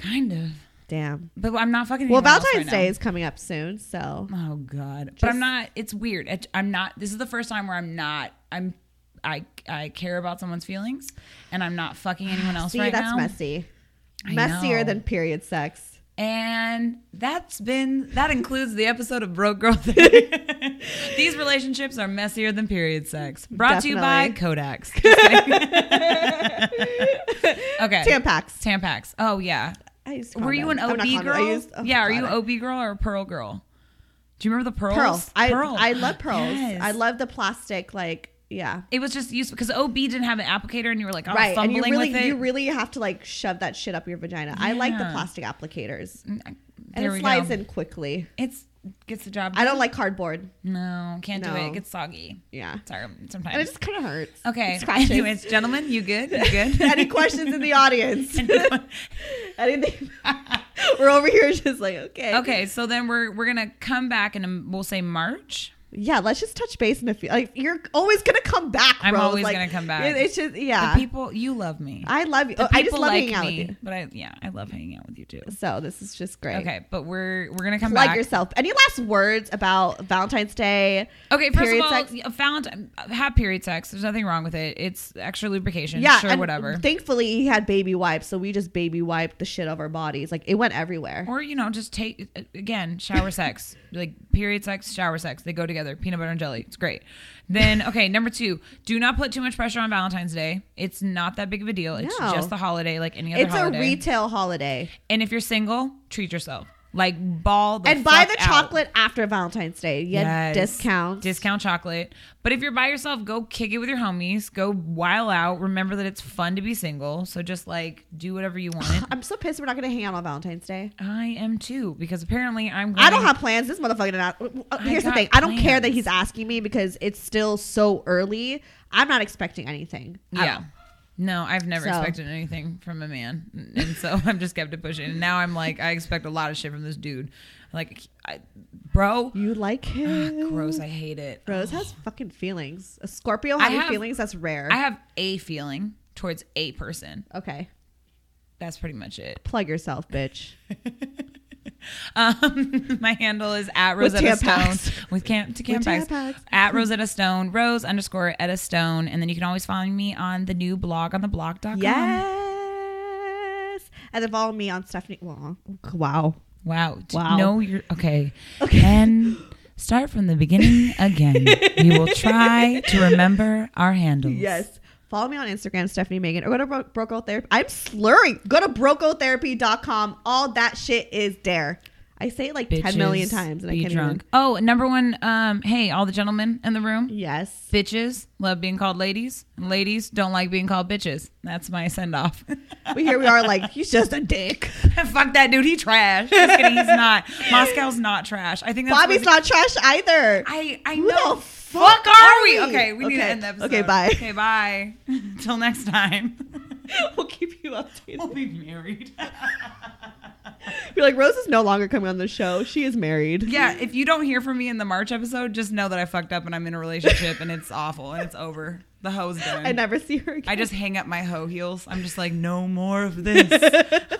Speaker 2: kind of.
Speaker 4: Damn.
Speaker 2: But I'm not fucking.
Speaker 4: Well,
Speaker 2: anyone else
Speaker 4: Valentine's
Speaker 2: right now.
Speaker 4: Day is coming up soon, so
Speaker 2: Oh God! but I'm not. It's weird. It- I'm not. This is the first time where I'm not. I'm. I I care about someone's feelings, and I'm not fucking anyone
Speaker 4: *sighs*
Speaker 2: else
Speaker 4: see
Speaker 2: right
Speaker 4: that's
Speaker 2: now.
Speaker 4: messy.
Speaker 2: I
Speaker 4: Messier
Speaker 2: know.
Speaker 4: than period sex.
Speaker 2: And that's been that includes the episode of Broke Girl Theory.
Speaker 4: *laughs*
Speaker 2: These relationships are messier than period sex. Brought to you by
Speaker 4: *laughs*
Speaker 2: Kodaks. okay.
Speaker 4: Tampax.
Speaker 2: Tampax. Oh yeah.
Speaker 4: I used
Speaker 2: Were you an
Speaker 4: condoms. I'm
Speaker 2: OB
Speaker 4: not
Speaker 2: girl?
Speaker 4: condom- I used- oh,
Speaker 2: yeah, are you
Speaker 4: God.
Speaker 2: OB girl or Pearl girl? Do you remember the pearls?
Speaker 4: pearls. I
Speaker 2: Pearl.
Speaker 4: I love pearls.
Speaker 2: Yes.
Speaker 4: I love the plastic. Like yeah,
Speaker 2: It was just useful because OB didn't have an applicator, and you were like, oh,
Speaker 4: right. And
Speaker 2: fumbling
Speaker 4: you really
Speaker 2: with it.
Speaker 4: you really have to like shove that shit up your vagina. I like the
Speaker 2: Yeah. Mm,
Speaker 4: plastic applicators. And
Speaker 2: there
Speaker 4: it
Speaker 2: we
Speaker 4: slides
Speaker 2: go.
Speaker 4: in quickly.
Speaker 2: It's gets the job.
Speaker 4: I don't
Speaker 2: done.
Speaker 4: like cardboard.
Speaker 2: No, can't do it.
Speaker 4: No.
Speaker 2: It gets soggy.
Speaker 4: Yeah.
Speaker 2: Sorry,
Speaker 4: And it
Speaker 2: sometimes.
Speaker 4: just kind of hurts.
Speaker 2: Okay.
Speaker 4: It scratches.
Speaker 2: Anyways, gentlemen, you good? You good?
Speaker 4: *laughs* Any questions in the audience? *laughs* Anything? We're over here just like,
Speaker 2: *laughs*
Speaker 4: okay.
Speaker 2: okay, so then we're we're gonna come back and we'll say March.
Speaker 4: Yeah, let's just touch base in a few. Like, you're always going to come back,
Speaker 2: I'm
Speaker 4: Rose.
Speaker 2: always
Speaker 4: Like,
Speaker 2: gonna come back.
Speaker 4: it- it's just, yeah.
Speaker 2: The people, you love me.
Speaker 4: I love you.
Speaker 2: The
Speaker 4: Oh, I just
Speaker 2: people
Speaker 4: love
Speaker 2: like
Speaker 4: hanging out with
Speaker 2: me,
Speaker 4: you.
Speaker 2: But I, yeah, I love hanging out with you too.
Speaker 4: So this is just great.
Speaker 2: Okay, but we're we're gonna come
Speaker 4: Plug
Speaker 2: back.
Speaker 4: yourself. Any last words about Valentine's Day?
Speaker 2: Okay, first
Speaker 4: Period
Speaker 2: of all,
Speaker 4: sex?
Speaker 2: yeah, found have period sex. There's nothing wrong with it. It's extra lubrication.
Speaker 4: Yeah,
Speaker 2: sure,
Speaker 4: and
Speaker 2: whatever.
Speaker 4: Thankfully, he had baby wipes, so we just baby wiped the shit off our bodies. Like it went everywhere.
Speaker 2: or you know, just take again shower sex. Like period sex, shower sex. They go together. Peanut butter and jelly. It's great. Then okay, number two, do not put too much pressure on Valentine's Day. It's not that big of a deal. It's
Speaker 4: No.
Speaker 2: just the holiday, like any other
Speaker 4: It's
Speaker 2: holiday.
Speaker 4: a retail holiday,
Speaker 2: and if you're single, treat yourself. Like ball the
Speaker 4: and buy
Speaker 2: fuck
Speaker 4: the
Speaker 2: out.
Speaker 4: chocolate after Valentine's Day. Yeah,
Speaker 2: Yes.
Speaker 4: discount.
Speaker 2: Discount chocolate. But if you're by yourself, go kick it with your homies. Go while out. Remember that it's fun to be single. So just like do whatever you
Speaker 4: *sighs*
Speaker 2: want.
Speaker 4: I'm so pissed we're not gonna hang out on Valentine's Day.
Speaker 2: I am too, because apparently I'm going
Speaker 4: I don't have plans. This motherfucker did not. uh, Here's
Speaker 2: Mm-hmm.
Speaker 4: the
Speaker 2: got
Speaker 4: thing. I don't care that
Speaker 2: plans.
Speaker 4: he's asking me because it's still so early. I'm not expecting anything. at
Speaker 2: Yeah.
Speaker 4: all.
Speaker 2: No, I've never
Speaker 4: So.
Speaker 2: expected anything from a man. And so *laughs* I've just kept it pushing. And now I'm like, I expect a lot of shit from this dude. Like, I, bro,
Speaker 4: You like him?
Speaker 2: Ah, gross. I hate it.
Speaker 4: Rose has fucking feelings. A Scorpio
Speaker 2: I
Speaker 4: having
Speaker 2: have-
Speaker 4: feelings. That's rare.
Speaker 2: I have a feeling towards a person.
Speaker 4: okay,
Speaker 2: That's pretty much it. *laughs*
Speaker 4: plug yourself, bitch.
Speaker 2: Oh, Um, my handle is at
Speaker 4: With
Speaker 2: Rosetta
Speaker 4: Tampax.
Speaker 2: Stone with Camp to
Speaker 4: With
Speaker 2: Campax
Speaker 4: Tampax.
Speaker 2: at Rosetta Stone Rose underscore Etta Stone, and then you can always find me on the new blog on the blog.com.
Speaker 4: Yes. And then follow me on Stephanie. Well, wow.
Speaker 2: Wow. D-
Speaker 4: Wow.
Speaker 2: Know your okay. Okay. And start from the beginning again. we
Speaker 4: *laughs*
Speaker 2: will try to remember our handles.
Speaker 4: Yes. Follow me on Instagram, Stephanie Megan, or go to Bro- Broco Therapy. I'm slurring. Go to brocotherapy.com. All that shit is there. I say it like 10 million
Speaker 2: Bitches,
Speaker 4: times and I
Speaker 2: be
Speaker 4: can't
Speaker 2: drunk.
Speaker 4: drunk.
Speaker 2: Oh, number one. Um, hey, all the gentlemen in the room.
Speaker 4: even. Yes.
Speaker 2: Bitches love being called ladies. and Ladies don't like being called bitches. That's my send off.
Speaker 4: But here we are, like, he's just a dick.
Speaker 2: *laughs* Fuck that dude. He trash. Just kidding. He's not. Moscow's not trash. I think that's
Speaker 4: Bobby's
Speaker 2: what-
Speaker 4: not trash either.
Speaker 2: I I
Speaker 4: Who
Speaker 2: know.
Speaker 4: the
Speaker 2: fuck,
Speaker 4: fuck
Speaker 2: are
Speaker 4: are
Speaker 2: we?
Speaker 4: we?
Speaker 2: Okay, we need to
Speaker 4: Okay.
Speaker 2: end the episode.
Speaker 4: Okay, bye.
Speaker 2: Okay, *laughs* bye. Till next time. *laughs*
Speaker 4: we'll keep you updated. *laughs*
Speaker 2: we'll be married.
Speaker 4: You're like, Rose is no longer coming on the show. She is married.
Speaker 2: yeah, if you don't hear from me in the March episode, just know that I fucked up and I'm in a relationship and it's awful and it's over. The hoe's done.
Speaker 4: I never see her again.
Speaker 2: I
Speaker 4: *laughs*
Speaker 2: just hang up my hoe heels. I'm just like, no more of this.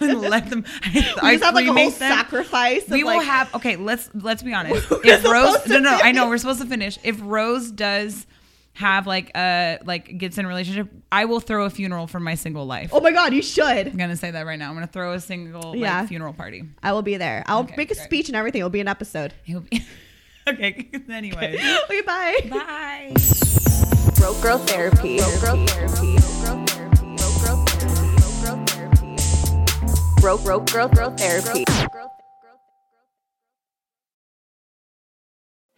Speaker 2: Let them. *laughs* I,
Speaker 4: we just have like a whole
Speaker 2: cremate them.
Speaker 4: sacrifice. of,
Speaker 2: we will
Speaker 4: like-
Speaker 2: have okay let's let's be honest
Speaker 4: *laughs* We're
Speaker 2: if rose
Speaker 4: supposed
Speaker 2: no
Speaker 4: to
Speaker 2: no
Speaker 4: *laughs*
Speaker 2: i know
Speaker 4: finish.
Speaker 2: we're supposed to finish if rose does have like a like gets in a relationship i will throw a funeral for my single life
Speaker 4: Oh my God, you should.
Speaker 2: i'm gonna say that right now i'm gonna throw a single like,
Speaker 4: Yeah.
Speaker 2: funeral party
Speaker 4: I will be there. I'll
Speaker 2: Okay,
Speaker 4: make a
Speaker 2: great.
Speaker 4: speech and everything. It'll be
Speaker 2: *gasps*
Speaker 4: an episode.
Speaker 2: He'll be- *laughs* okay *laughs* anyway
Speaker 4: okay, bye.
Speaker 2: bye
Speaker 1: Broke girl therapy. Broke girl therapy. Broke girl therapy. Broke girl therapy. Broke girl therapy. Broke broke girl girl therapy.